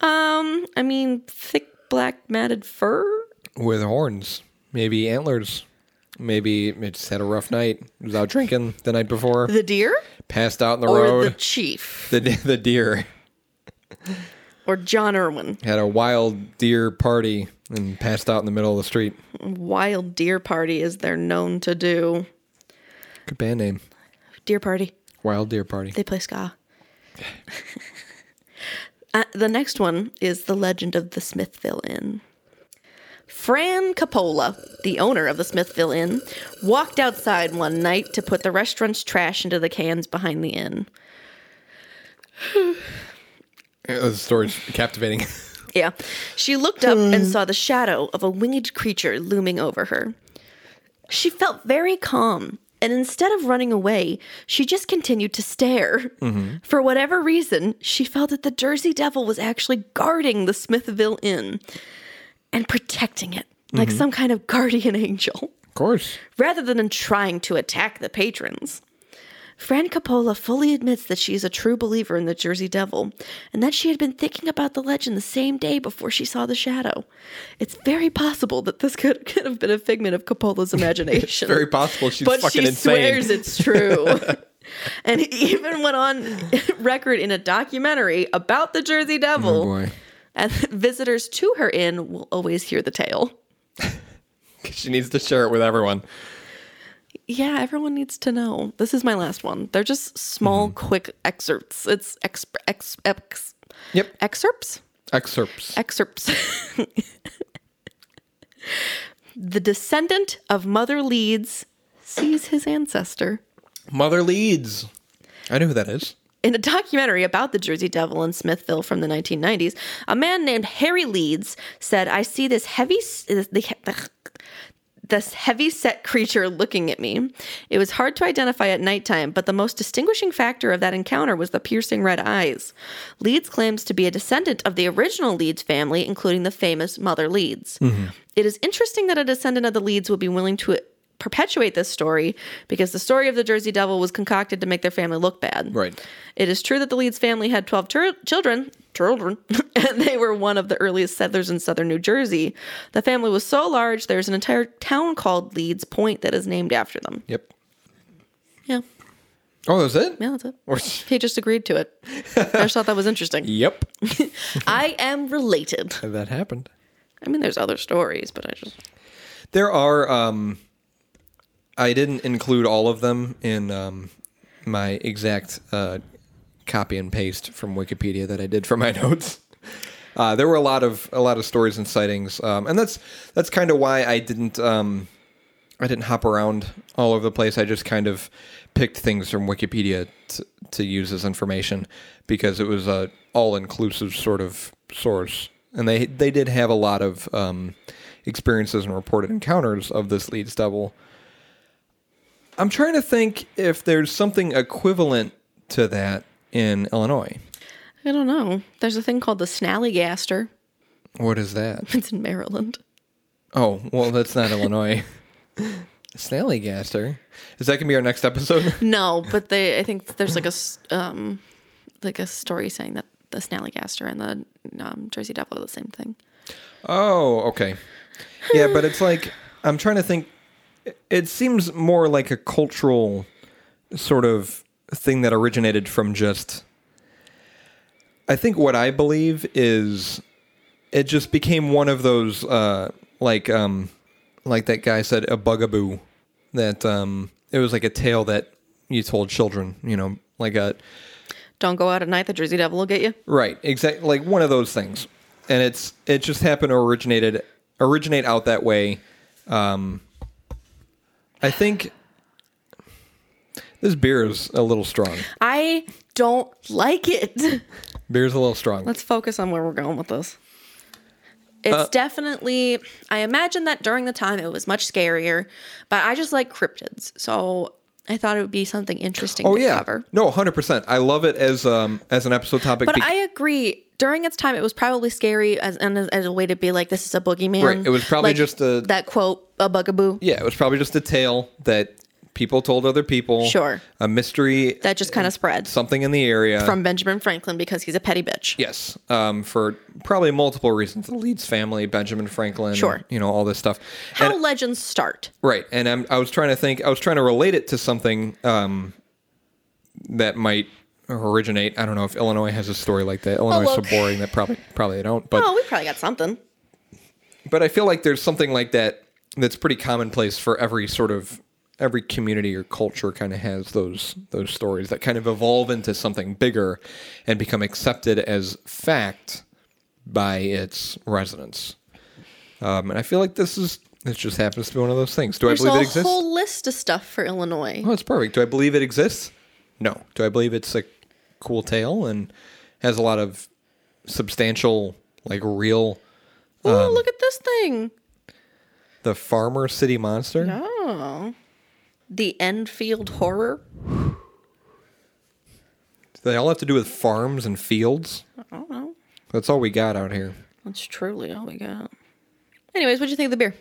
[SPEAKER 3] Um, I mean, thick black matted fur?
[SPEAKER 2] with horns, maybe antlers, maybe it just had a rough night, was out drinking the night before,
[SPEAKER 3] The deer?
[SPEAKER 2] passed out in the
[SPEAKER 3] Or the
[SPEAKER 2] road.
[SPEAKER 3] chief?
[SPEAKER 2] The, the deer
[SPEAKER 3] Or John Irwin?
[SPEAKER 2] had a wild deer party and passed out in the middle of the street.
[SPEAKER 3] Wild deer party, as they're known to do.
[SPEAKER 2] Good band name,
[SPEAKER 3] Deer Party.
[SPEAKER 2] Wild Deer Party.
[SPEAKER 3] They play ska. *laughs* uh, the next one is The Legend of the Smithville Inn. Fran Capola, the owner of the Smithville Inn, walked outside one night to put the restaurant's trash into the cans behind the inn.
[SPEAKER 2] Uh, the story's captivating. *laughs*
[SPEAKER 3] Yeah. She looked up and saw the shadow of a winged creature looming over her. She felt very calm, and instead of running away, she just continued to stare. For whatever reason, she felt that the Jersey Devil was actually guarding the Smithville Inn and protecting it like some kind of guardian angel *laughs*
[SPEAKER 2] of course.
[SPEAKER 3] rather than in trying to attack the patrons. Fran *laughs* Capola fully admits that she is a true believer in the Jersey Devil and that she had been thinking about the legend the same day before she saw the shadow. It's very possible that this could, could have been a figment of Capola's imagination.
[SPEAKER 2] Very possible she's
[SPEAKER 3] but
[SPEAKER 2] fucking
[SPEAKER 3] she
[SPEAKER 2] insane. *laughs*
[SPEAKER 3] swears it's true. and he even went on *laughs* record in a documentary about the Jersey Devil.
[SPEAKER 2] Oh boy.
[SPEAKER 3] And *laughs* visitors to her inn will always hear the tale.
[SPEAKER 2] She needs to share it with everyone.
[SPEAKER 3] Yeah, everyone needs to know. This is my last one. They're just small,
[SPEAKER 2] Mm-hmm.
[SPEAKER 3] quick excerpts. It's ex, ex, ex
[SPEAKER 2] Yep.
[SPEAKER 3] excerpts?
[SPEAKER 2] Excerpts.
[SPEAKER 3] excerpts. *laughs* the descendant of Mother Leeds sees his ancestor.
[SPEAKER 2] Mother Leeds. I know who that is.
[SPEAKER 3] In a documentary about the Jersey Devil in Smithville from the 1990s, a man named Harry Leeds said, "I see this heavy s- this- the he- the- this heavy set creature looking at me. It was hard to identify at nighttime, but the most distinguishing factor of that encounter was the piercing red eyes. Leeds claims to be a descendant of the original Leeds family, including the famous Mother Leeds. It is interesting that a descendant of the Leeds would be willing to perpetuate this story because the story of the Jersey Devil was concocted to make their family look bad.
[SPEAKER 2] Right.
[SPEAKER 3] It is true that the Leeds family had 12 tur- children, children, *laughs* and they were one of the earliest settlers in southern New Jersey. The family was so large, there's an entire town called Leeds Point that is named after them.
[SPEAKER 2] Yep.
[SPEAKER 3] Yeah,
[SPEAKER 2] Oh, that's it?
[SPEAKER 3] yeah, that's it.
[SPEAKER 2] Or-
[SPEAKER 3] He just agreed to it. I just thought that was interesting.
[SPEAKER 2] *laughs* yep.
[SPEAKER 3] I am related.
[SPEAKER 2] That happened.
[SPEAKER 3] I mean, there's other stories, but I just.
[SPEAKER 2] There are um I didn't include all of them in um my exact uh copy and paste from Wikipedia that I did for my *laughs* notes. Uh, there were a lot of a lot of stories and sightings, um, and that's that's kind of why I didn't um, I didn't hop around all over the place. I just kind of picked things from Wikipedia t- to use as information because it was a all inclusive sort of source, and they they did have a lot of um, experiences and reported encounters of this Leeds Devil. I'm trying to think if there's something equivalent to that in Illinois.
[SPEAKER 3] I don't know. There's a thing called the Snallygaster. *laughs*
[SPEAKER 2] What is that?
[SPEAKER 3] It's in Maryland.
[SPEAKER 2] Oh, well, that's not Illinois. *laughs* Snallygaster. Is that going to be our next episode? *laughs*
[SPEAKER 3] No, but they. I think there's like a s- um, like a story saying that the Snallygaster and the um, Jersey Devil are the same thing.
[SPEAKER 2] oh, okay. Yeah, but it's like, I'm trying to think. It seems more like a cultural sort of thing that originated from just. I think what I believe is it just became one of those, uh, like, um, like that guy said, a bugaboo. That um, it was like a tale that you told children, you know, like a
[SPEAKER 3] Don't go out at night. The Jersey Devil will get you.
[SPEAKER 2] Right, exactly. Like one of those things, and it's it just happened to originated originate out that way. Um, I think this beer is a little strong.
[SPEAKER 3] I don't like it. *laughs*
[SPEAKER 2] Beer's a little strong.
[SPEAKER 3] Let's focus on where we're going with this. It's
[SPEAKER 2] Uh,
[SPEAKER 3] definitely. I imagine that during the time it was much scarier, but I just like cryptids, so I thought it would be something interesting
[SPEAKER 2] Oh
[SPEAKER 3] to
[SPEAKER 2] yeah,
[SPEAKER 3] cover.
[SPEAKER 2] no, hundred percent. I love it as um as an episode topic.
[SPEAKER 3] But
[SPEAKER 2] be-
[SPEAKER 3] I agree. During its time, it was probably scary as and as, as a way to be like, "This is a boogeyman."
[SPEAKER 2] Right, it was probably
[SPEAKER 3] Like,
[SPEAKER 2] just a-
[SPEAKER 3] that quote, "A bugaboo."
[SPEAKER 2] yeah, it was probably just a tale that people told other people.
[SPEAKER 3] Sure.
[SPEAKER 2] a mystery,
[SPEAKER 3] That just kind of spread
[SPEAKER 2] something in the area
[SPEAKER 3] from Benjamin Franklin because he's a petty bitch.
[SPEAKER 2] Yes, um, for probably multiple reasons. The Leeds family, Benjamin Franklin,
[SPEAKER 3] Sure.
[SPEAKER 2] you know all this stuff.
[SPEAKER 3] How
[SPEAKER 2] And-
[SPEAKER 3] legends start.
[SPEAKER 2] right, and I'm, I was trying to think. I was trying to relate it to something um, that might originate. I don't know if Illinois has a story like that. Illinois is so
[SPEAKER 3] look.
[SPEAKER 2] boring that probably probably they don't. But
[SPEAKER 3] Oh, we probably got something.
[SPEAKER 2] but I feel like there's something like that that's pretty commonplace for every sort of every community or culture kind of has those those stories that kind of evolve into something bigger and become accepted as fact by its residents. Um, and I feel like this is this just happens to be one of those things. Do
[SPEAKER 3] There's
[SPEAKER 2] I believe
[SPEAKER 3] a
[SPEAKER 2] it exists?
[SPEAKER 3] whole list of stuff for Illinois.
[SPEAKER 2] Oh, it's perfect. Do I believe it exists? No. Do I believe it's a cool tale and has a lot of substantial like real Um,
[SPEAKER 3] oh, look at this thing.
[SPEAKER 2] the farmer city monster?
[SPEAKER 3] Oh, the Enfield Horror.
[SPEAKER 2] They all have to do with farms and fields.
[SPEAKER 3] I don't know.
[SPEAKER 2] That's all we got out here.
[SPEAKER 3] That's truly all we got. Anyways, what'd you think of the beer?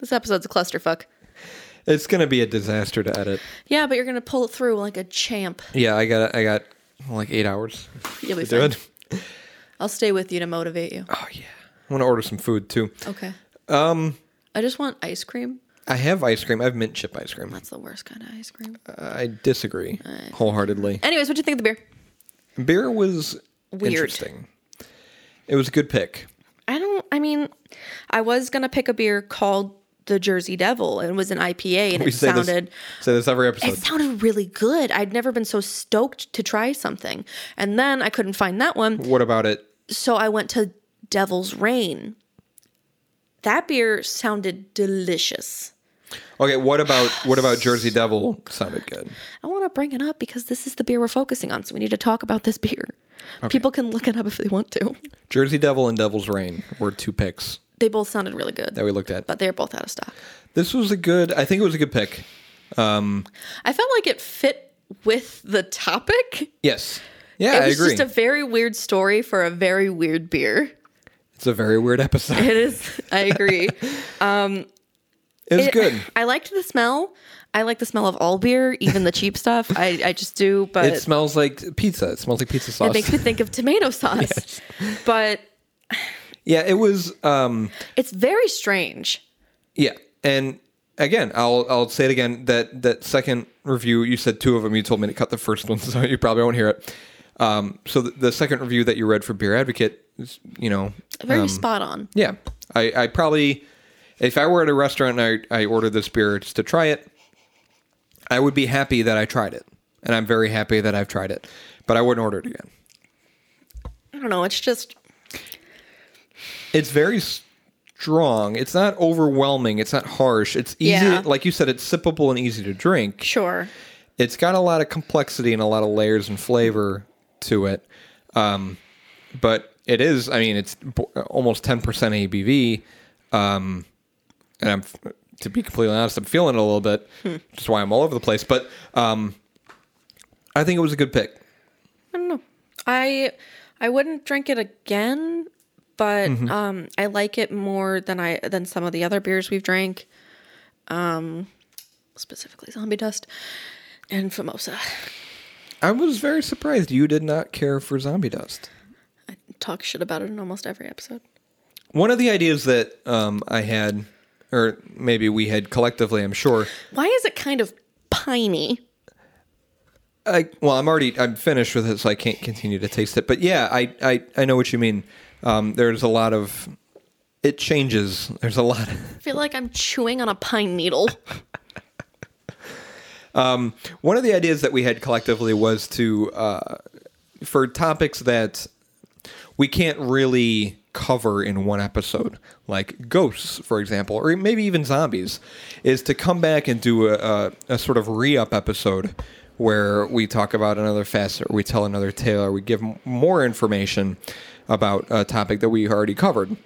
[SPEAKER 3] This episode's a clusterfuck.
[SPEAKER 2] It's gonna be a disaster to edit.
[SPEAKER 3] Yeah, but you're gonna pull it through like a champ.
[SPEAKER 2] Yeah, I got I got like eight hours
[SPEAKER 3] You'll be
[SPEAKER 2] to
[SPEAKER 3] fine.
[SPEAKER 2] do it.
[SPEAKER 3] I'll stay with you to motivate you.
[SPEAKER 2] Oh yeah, I want to order some food too.
[SPEAKER 3] Okay. Um, I just want ice cream.
[SPEAKER 2] I have ice cream. I have mint chip ice cream.
[SPEAKER 3] That's the worst kind of ice cream.
[SPEAKER 2] I disagree
[SPEAKER 3] Uh,
[SPEAKER 2] wholeheartedly.
[SPEAKER 3] Anyways, what do you think of the beer?
[SPEAKER 2] Beer was
[SPEAKER 3] Weird.
[SPEAKER 2] interesting. It was a good pick.
[SPEAKER 3] I don't. I mean, I was gonna pick a beer called the Jersey Devil, and it was an IPA, and
[SPEAKER 2] We
[SPEAKER 3] it
[SPEAKER 2] say
[SPEAKER 3] sounded.
[SPEAKER 2] this say this every episode.
[SPEAKER 3] It sounded really good. I'd never been so stoked to try something. And then I couldn't find that one.
[SPEAKER 2] what about it?
[SPEAKER 3] So I went to Devil's Rain. That beer sounded delicious.
[SPEAKER 2] Okay, what about what about Jersey Devil? Sounded good.
[SPEAKER 3] I want to bring it up because this is the beer we're focusing on. So we need to talk about this beer. People can look it up if they want to.
[SPEAKER 2] Jersey Devil and Devil's Rain were two picks
[SPEAKER 3] They both sounded really good,
[SPEAKER 2] that we looked at.
[SPEAKER 3] but they're both out of stock.
[SPEAKER 2] This was a good. I think it was a good pick.
[SPEAKER 3] I felt like it fit with the topic.
[SPEAKER 2] Yes. Yeah,
[SPEAKER 3] it
[SPEAKER 2] I
[SPEAKER 3] was
[SPEAKER 2] agree.
[SPEAKER 3] just a very weird story for a very
[SPEAKER 2] *laughs*
[SPEAKER 3] weird beer.
[SPEAKER 2] it's a very weird episode.
[SPEAKER 3] *laughs* It is. I agree.
[SPEAKER 2] It was
[SPEAKER 3] It- *laughs*
[SPEAKER 2] good.
[SPEAKER 3] I liked the smell. I like the smell of all beer, even the cheap stuff. I, I just do, but
[SPEAKER 2] It smells like pizza. It smells like pizza
[SPEAKER 3] it
[SPEAKER 2] sauce.
[SPEAKER 3] makes me think of tomato sauce. But
[SPEAKER 2] yeah, it was. Um,
[SPEAKER 3] it's very strange.
[SPEAKER 2] yeah, and again, I'll I'll say it again. That that second review, you said two of them. You told me to cut the first one, *laughs* so you probably won't hear it. Um, so the, the second review that you read for Beer Advocate, is, you know,
[SPEAKER 3] Very spot on.
[SPEAKER 2] Yeah, I, I probably, if I were at a restaurant and I, I ordered this beer just to try it, I would be happy that I tried it, and I'm very happy that I've tried it, but I wouldn't order it again.
[SPEAKER 3] I don't know. It's just
[SPEAKER 2] It's very strong. It's not overwhelming. It's not harsh. It's easy,
[SPEAKER 3] Yeah.
[SPEAKER 2] like you said, it's sippable and easy to drink.
[SPEAKER 3] sure.
[SPEAKER 2] It's got a lot of complexity and a lot of layers and flavor to it, um, but it is. I mean, it's bo- almost 10% ABV. Um, and I'm to be completely honest, I'm feeling it a little bit, which is why I'm all over the place. But um, I think it was a good pick.
[SPEAKER 3] I don't know. I I wouldn't drink it again, but um, I like it more than I than some of the other beers we've drank. Um, specifically zombie dust and Famosa.
[SPEAKER 2] I was very surprised you did not care for zombie dust.
[SPEAKER 3] I talk shit about it in almost every episode.
[SPEAKER 2] One of the ideas that um, I had, or maybe we had collectively, I'm sure.
[SPEAKER 3] Why is it kind of piney?
[SPEAKER 2] I, well, I'm already I'm finished with it, so I can't continue to taste it. But yeah, I I, I know what you mean. Um, there's a lot of it changes. There's a lot. Of,
[SPEAKER 3] I feel like I'm chewing on a pine
[SPEAKER 2] *laughs*
[SPEAKER 3] needle.
[SPEAKER 2] One of the ideas that we had collectively was to, uh, for topics that we can't really cover in one episode, like ghosts, for example, or maybe even zombies, is to come back and do a, a, a sort of re up episode where we talk about another facet, or we tell another tale, or we give m- more information about a topic that we already covered.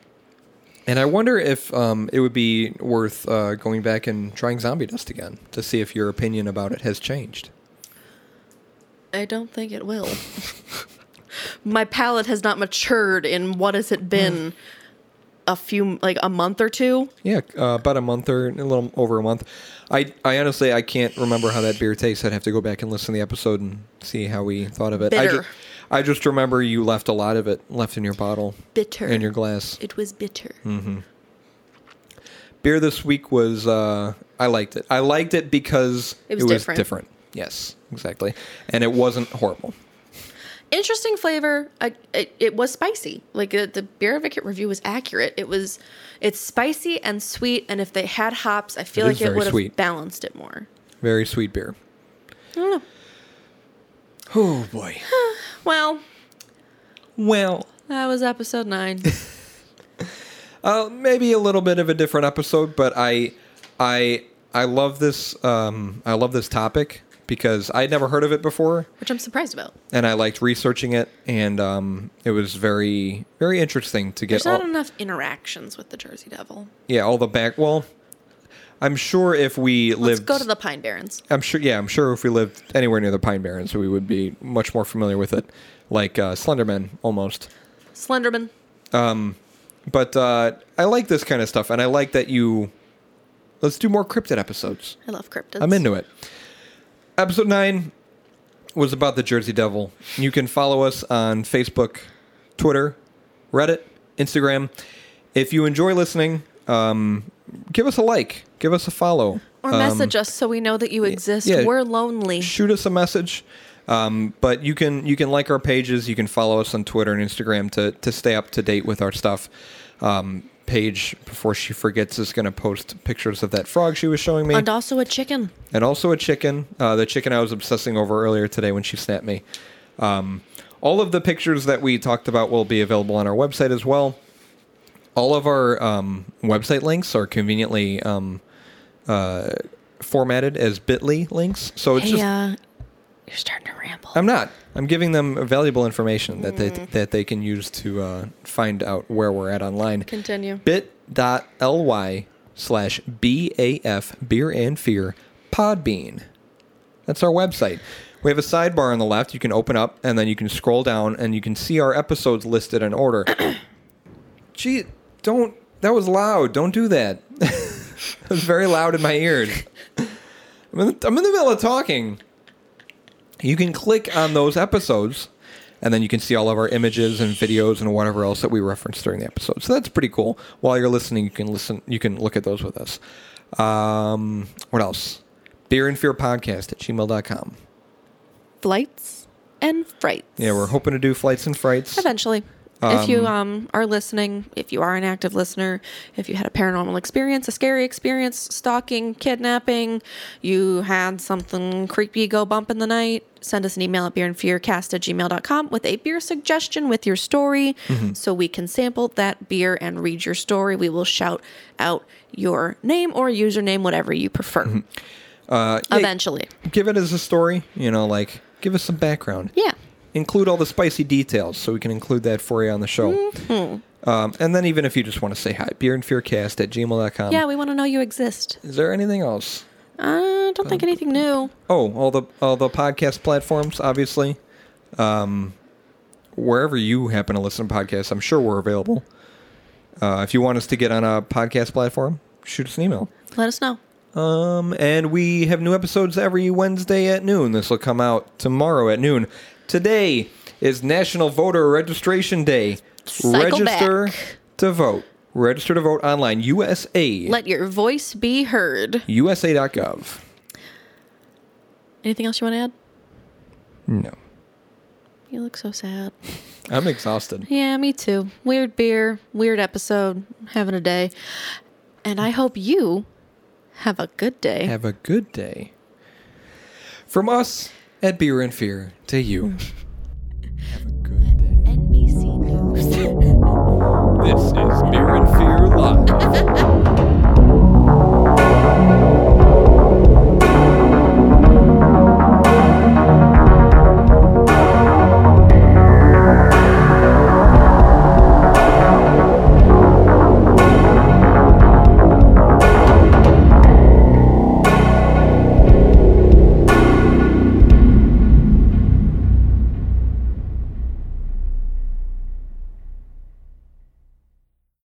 [SPEAKER 2] And I wonder if um, it would be worth uh, going back and trying Zombie Dust again to see if your opinion about it has changed.
[SPEAKER 3] I don't think it will. My palate has not matured in what has
[SPEAKER 2] Hmm.
[SPEAKER 3] it been? A few, like a month or two.
[SPEAKER 2] Yeah, uh, about a month or a little over a month. I, I honestly I can't remember how that beer tastes. I'd have to go back and listen to the episode and see how we thought of it. I,
[SPEAKER 3] Bitter.
[SPEAKER 2] ju- I just remember you left a lot of it left in your bottle,
[SPEAKER 3] Bitter.
[SPEAKER 2] in your glass.
[SPEAKER 3] It was bitter.
[SPEAKER 2] Beer this week was uh, I liked it. I liked it because
[SPEAKER 3] It was different.
[SPEAKER 2] different. Yes, exactly, and it wasn't horrible.
[SPEAKER 3] Interesting flavor. I, it, it was spicy. Like uh, the beer advocate review was accurate. It was, it's spicy and sweet. And if they had hops, I feel
[SPEAKER 2] It is
[SPEAKER 3] like it
[SPEAKER 2] very
[SPEAKER 3] would have
[SPEAKER 2] sweet.
[SPEAKER 3] balanced it more.
[SPEAKER 2] Very sweet beer. Oh boy.
[SPEAKER 3] Well,
[SPEAKER 2] well.
[SPEAKER 3] that was
[SPEAKER 2] *laughs*
[SPEAKER 3] episode nine.
[SPEAKER 2] Uh, maybe a little bit of a different episode, but I, I, I love this. Um, I love this topic because I'd never heard of it before,
[SPEAKER 3] which I'm surprised about.
[SPEAKER 2] and I liked researching it, and um, it was very, very interesting to get
[SPEAKER 3] There's not
[SPEAKER 2] all,
[SPEAKER 3] enough interactions with the Jersey Devil.
[SPEAKER 2] yeah, all the back. Well, I'm sure if we
[SPEAKER 3] Let's
[SPEAKER 2] lived,
[SPEAKER 3] go to the Pine Barrens.
[SPEAKER 2] I'm sure, yeah, I'm sure if we lived anywhere near the Pine Barrens, we would be much more familiar with it, like uh, Slenderman almost.
[SPEAKER 3] Slenderman.
[SPEAKER 2] But uh, I like this kind of stuff, and I like that you. Let's do more cryptid episodes.
[SPEAKER 3] I love cryptids.
[SPEAKER 2] I'm into it. Episode 9 was about the Jersey Devil. You can follow us on Facebook, Twitter, Reddit, Instagram. If you enjoy listening, um, give us a like, give us a follow,
[SPEAKER 3] Or message us so we know that you exist.
[SPEAKER 2] Um, yeah.
[SPEAKER 3] We're lonely.
[SPEAKER 2] shoot us a message. Um, but you can you can like our pages, you can follow us on Twitter and Instagram to to stay up to date with our stuff. Um, Paige, before she forgets, is going to post pictures of that frog she was showing me,
[SPEAKER 3] And also a chicken.
[SPEAKER 2] and also a chicken. Uh, the chicken I was obsessing over earlier today when she snapped me. Um, all of the pictures that we talked about will be available on our website as well. All of our um, website links are conveniently um, uh, formatted as Bitly links, so it's
[SPEAKER 3] Hey,
[SPEAKER 2] just
[SPEAKER 3] uh, you're starting to ramble.
[SPEAKER 2] I'm not. I'm giving them valuable information that
[SPEAKER 3] Hmm.
[SPEAKER 2] they that they can use to uh, find out where we're at online.
[SPEAKER 3] Continue.
[SPEAKER 2] Bit.ly slash BAF Beer and Fear Podbean. That's our website. We have a sidebar on the left you can open up and then you can scroll down and you can see our episodes listed in order. Gee, don't that was loud. Don't do that. *laughs* it was very loud in my ears. I'm in, the, I'm in the middle of talking. You can click on those episodes, and then you can see all of our images and videos and whatever else that we reference during the episode. So that's pretty cool. While you're listening, you can listen. You can look at those with us. Um, what else? Beer and Fear Podcast at gmail.com.
[SPEAKER 3] Flights and frights.
[SPEAKER 2] Yeah, we're hoping to do flights and frights.
[SPEAKER 3] Eventually. if you um, are listening, if you are an active listener, if you had a paranormal experience, a scary experience, stalking, kidnapping, you had something creepy go bump in the night, send us an email at beerandfearcast at gmail.com with a beer suggestion with your story so we can sample that beer and read your story. We will shout out your name or username, whatever you prefer,
[SPEAKER 2] Uh, yeah,
[SPEAKER 3] eventually.
[SPEAKER 2] give it as a story. You know, like give us some background.
[SPEAKER 3] Yeah.
[SPEAKER 2] include all the spicy details so we can include that for you on the show.
[SPEAKER 3] Mm-hmm.
[SPEAKER 2] Um, and then even if you just want to say hi, beerandfearcast at gmail.com.
[SPEAKER 3] Yeah, we want to know you exist.
[SPEAKER 2] Is there anything else?
[SPEAKER 3] I don't think anything new.
[SPEAKER 2] Oh, all the all the podcast platforms, obviously. Um, wherever you happen to listen to podcasts, I'm sure we're available. Uh, if you want us to get on a podcast platform, shoot us an email.
[SPEAKER 3] Let us know.
[SPEAKER 2] Um, and we have new episodes every Wednesday at noon. This will come out tomorrow at noon. Today is National Voter Registration Day.
[SPEAKER 3] Cycle
[SPEAKER 2] Register
[SPEAKER 3] back.
[SPEAKER 2] to vote. Register to vote online. USA.
[SPEAKER 3] Let your voice be heard.
[SPEAKER 2] USA.gov.
[SPEAKER 3] Anything else you want to add?
[SPEAKER 2] No.
[SPEAKER 3] You look so sad.
[SPEAKER 2] I'm exhausted.
[SPEAKER 3] Yeah, me too. Weird beer, weird episode, having a day. And I hope you have a good day.
[SPEAKER 2] Have a good day. From us at Beer and Fear to you.
[SPEAKER 3] *laughs*